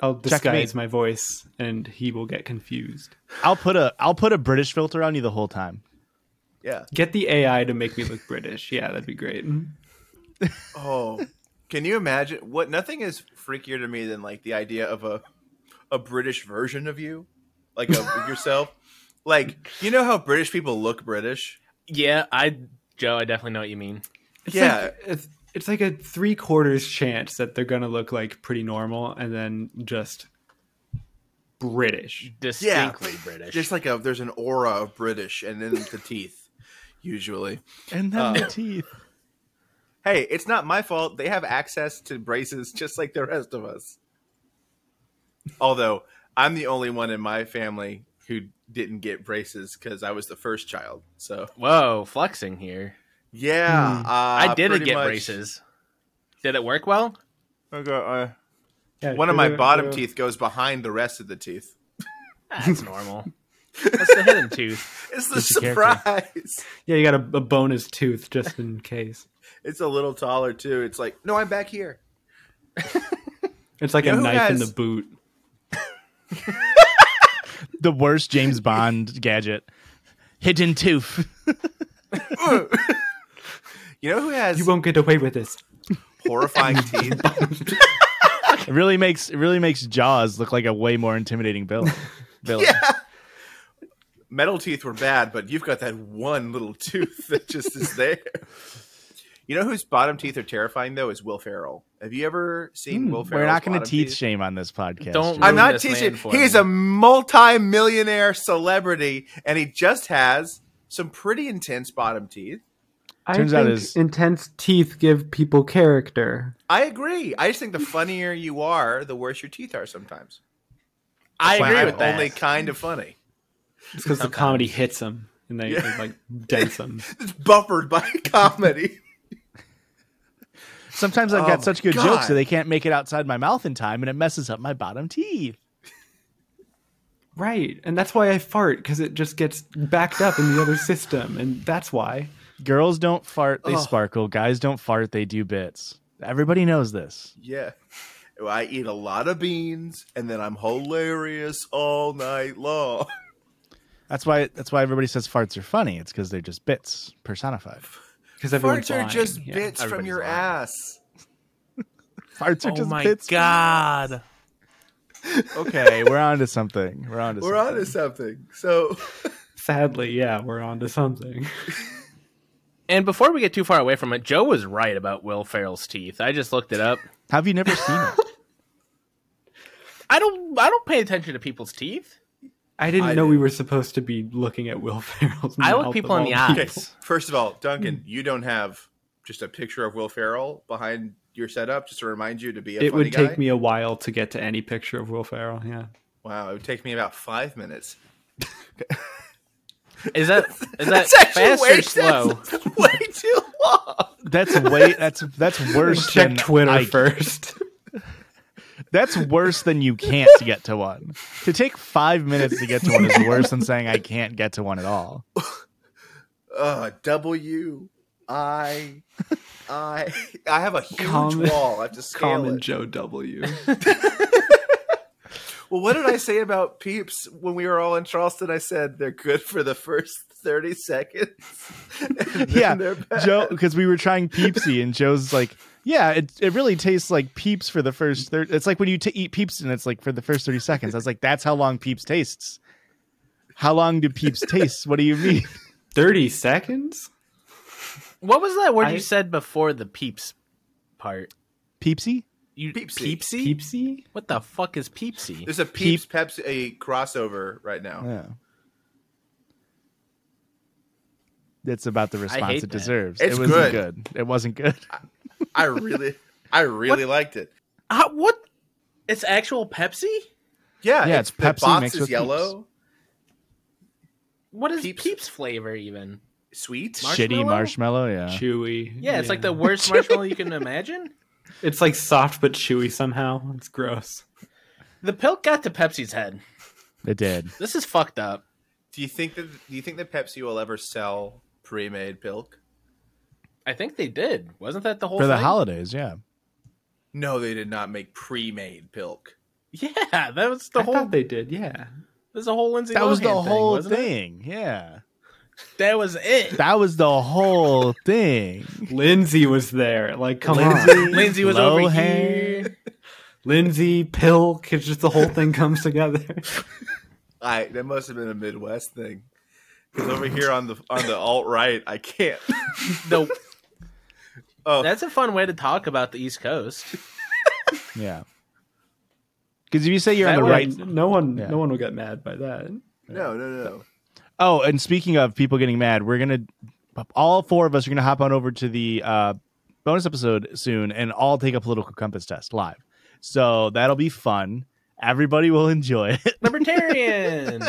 I'll
Checkmate.
disguise my voice and he will get confused.
I'll put a I'll put a British filter on you the whole time.
Yeah.
Get the AI to make me look British. Yeah, that'd be great.
Oh, can you imagine what? Nothing is freakier to me than like the idea of a a British version of you, like of yourself. Like you know how British people look British.
Yeah, I Joe, I definitely know what you mean.
It's
Yeah.
Like, it's, it's like a three quarters chance that they're going to look like pretty normal and then just British.
Distinctly British.
Just like a there's an aura of British, and then the teeth, usually.
And then the
Oh.
teeth.
Hey, it's not my fault. They have access to braces just like the rest of us. Although I'm the only one in my family who didn't get braces because I was the first child. So
Whoa, flexing here.
yeah, uh,
I didn't
pretty
get
much-
braces. Did it work well?
Okay, I- uh, One of my bottom teeth goes behind the rest of the teeth.
That's normal. That's the hidden tooth.
It's the
your character.
surprise.
Yeah, you got a, a bonus tooth just in case.
It's a little taller too. It's like, no, I'm back here.
It's like
You
a
know who
knife in
has-
the boot.
The worst James Bond gadget. Hidden tooth.
You know who has
You won't get away with this.
horrifying teeth?
It really makes it really makes Jaws look like a way more intimidating villain. villain.
yeah. Metal teeth were bad, but you've got that one little tooth that just is there. You know whose bottom teeth are terrifying though is Will Ferrell. Have you ever seen
Hmm,
Will Ferrell?
We're not going to teeth shame on this podcast.
Don't
Jim.
I'm
Ruin
not
this
teaching.
man for
He's
me.
a multi-millionaire celebrity, and he just has some pretty intense bottom teeth.
Turns
I
out
think
his-
intense teeth give people character.
I agree. I just think the funnier you are, the worse your teeth are sometimes.
I
Why
agree
I'm
with that.
Only kind of funny.
It's because the comedy hits them and they,
Yeah.
they, like dense them.
It's buffered by comedy.
Sometimes I've
Oh
got
my
such good
God.
jokes that they can't make it outside my mouth in time, and it messes up my bottom teeth.
right, and that's why I fart because it just gets backed up in the other system, and that's why.
Girls don't fart; they
Ugh.
sparkle. Guys don't fart; they do bits. Everybody knows this.
Yeah. I eat a lot of beans and then I'm hilarious all night long.
That's why. That's why everybody says farts are funny. It's because they're just bits personified.
Because everyone's
Farts are
lying,
just
yeah.
bits from
everybody's
your
lying.
ass.
Farts are
Oh
just
my
bits.
god.
Okay, we're on to something. We're on to
We're
something.
onto something. So
Sadly, yeah, we're on to something.
And before we get too far away from it, Joe was right about Will Ferrell's teeth. I just looked it up.
Have you never seen it?
I don't I don't pay attention to people's teeth.
I didn't
I
know we
did.
were supposed to be looking at Will Ferrell's.
I look
mouth
people
of
in the
all
eyes.
people.
first of all, Duncan,
Hmm.
you don't have just a picture of Will Ferrell behind your setup just to remind you to be a
It
funny
would
guy.
take me a while to get to any picture of Will Ferrell. Yeah,
Wow, it would take me about five minutes.
Is that is that
That's actually
fast
way
or slow?
too- way too long.
That's way. That's that's worse
check
than
Twitter
I-
first.
That's worse than you can't get to one. To take five minutes to get to one is worse than saying I can't get to one at all.
Uh, W I I I have a huge
Common-
wall. I have to scale
Common
it.
Joe W.
Well, what did I say about peeps when we were all in Charleston? I said they're good for the first thirty seconds. and then
Yeah,
they're bad.
Joe, because we were trying Peepsy, and Joe's like, "Yeah, it, it really tastes like Peeps for the first thirty. It's like when you t- eat Peeps, and it's like for the first thirty seconds. I was like, that's how long Peeps tastes. How long do Peeps taste? What do you mean?
Thirty seconds.
What was that word
I-
you said before the peeps part?
Peepsy?
You
Peepsy.
peepsy?
Peepsy.
What the fuck is peepsy?
There's a peeps Pepsi a crossover right now.
Yeah. That's about the response
hate
it
that.
deserves.
It's
it wasn't
good.
good. It wasn't good.
I really, I really liked it.
Uh, what? It's actual Pepsi?
Yeah,
Yeah, it's Pepsi
the box
mixed
is
with
yellow,
What is
Peeps.
peeps, flavor even?
sweet.
Shitty marshmallow. Yeah.
Chewy.
Yeah, it's like the worst marshmallow you can imagine.
It's like soft but chewy somehow. It's gross.
The pilk got to Pepsi's head.
It did.
This is fucked up.
Do you think that? Do you think that Pepsi will ever sell pre-made pilk?
I think they did. Wasn't that the whole
For the
thing?
holidays, yeah.
No, they did not make pre-made pilk.
Yeah, that was the
I
whole.
thought they did. Yeah.
There's a whole Lindsay.
That was
Lohan
the whole
wasn't it?
thing. Yeah.
That was it.
That was the whole thing.
Lindsay was there. Like, come on.
Lindsay was over
Lohan.
here.
Lindsay, Pilk. It's just the whole thing comes together.
I that must have been a Midwest thing. Because over here on the on the alt right, I can't.
The,
Oh,
that's a fun way to talk about the East Coast.
Yeah. Because if you say you're on
That
the
was-
right,
No one.
Yeah.
No one will get mad by that.
no, no, no.
oh, and speaking of people getting mad, we're gonna all four of us are gonna hop on over to the uh, bonus episode soon, and all take a political compass test live. So that'll be fun. Everybody will enjoy it.
Libertarian.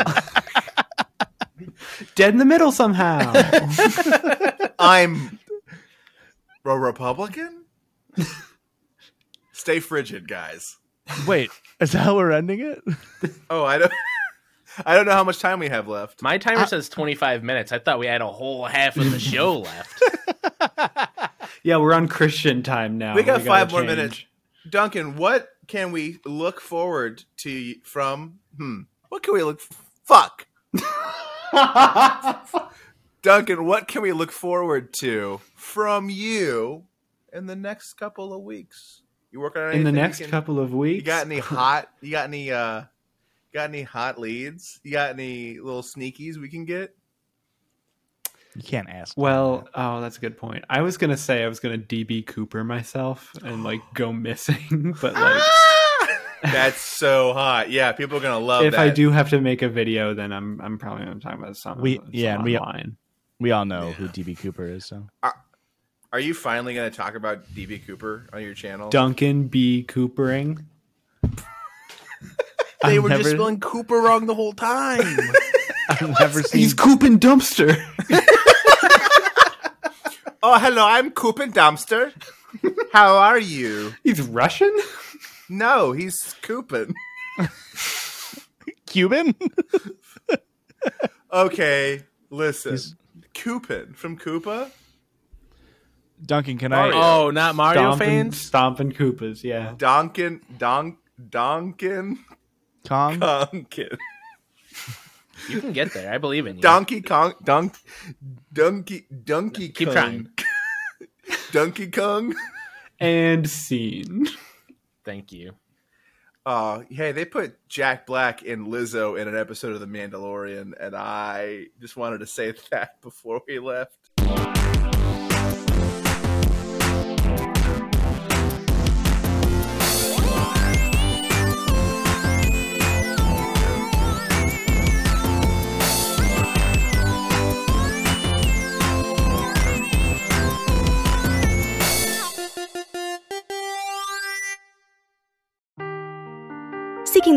Dead in the middle somehow.
I'm a Republican. Stay frigid, guys.
Wait, is that how we're ending it?
Oh, I don't. I don't know how much time we have left.
My timer says 25 minutes. I thought we had a whole half of the show left.
yeah, we're on Christian time now.
We got
gotta
five more
change.
minutes. Duncan, what can we look forward to from? Hmm. What can we look? Fuck. Duncan, what can we look forward to from you in the next couple of weeks? You working on
In
anything
the
you
next
can-
couple of weeks.
You got any hot? You got any? uh Got any hot leads? You got any little sneakies we can get?
You can't ask.
Well, oh, that's a good point. I was gonna say I was gonna DB Cooper myself and like go missing, but like
That's so hot. Yeah, people are gonna love
if
that.
I do have to make a video, then I'm I'm probably gonna talk about some.
We-
some
yeah, and we-
online.
we all know who DB Cooper is. So
Are you finally going to talk about DB Cooper on your channel?
Duncan B. Coopering.
They
I've
were
never-
just spelling Cooper wrong the whole time.
I've never seen.
He's cooping dumpster.
Oh, hello. I'm Coopin Dumpster. How are you?
He's Russian.
No, he's Coopin.
Cuban?
Okay, listen.
He's-
Coopin from Koopa?
Duncan, can I?
oh, not Mario
Stomping,
fans.
stomping Koopas. Yeah.
Donkin. Donk. Donkin.
Kong?
Donkin.
You can get there. I believe in you.
Donkey Kong. Donk. Donkey. Donkey
Keep
Kong.
trying.
Donkey Kong.
And scene.
Thank you.
Oh, hey, they put Jack Black and Lizzo in an episode of The Mandalorian, and I just wanted to say that before we left.
Seeking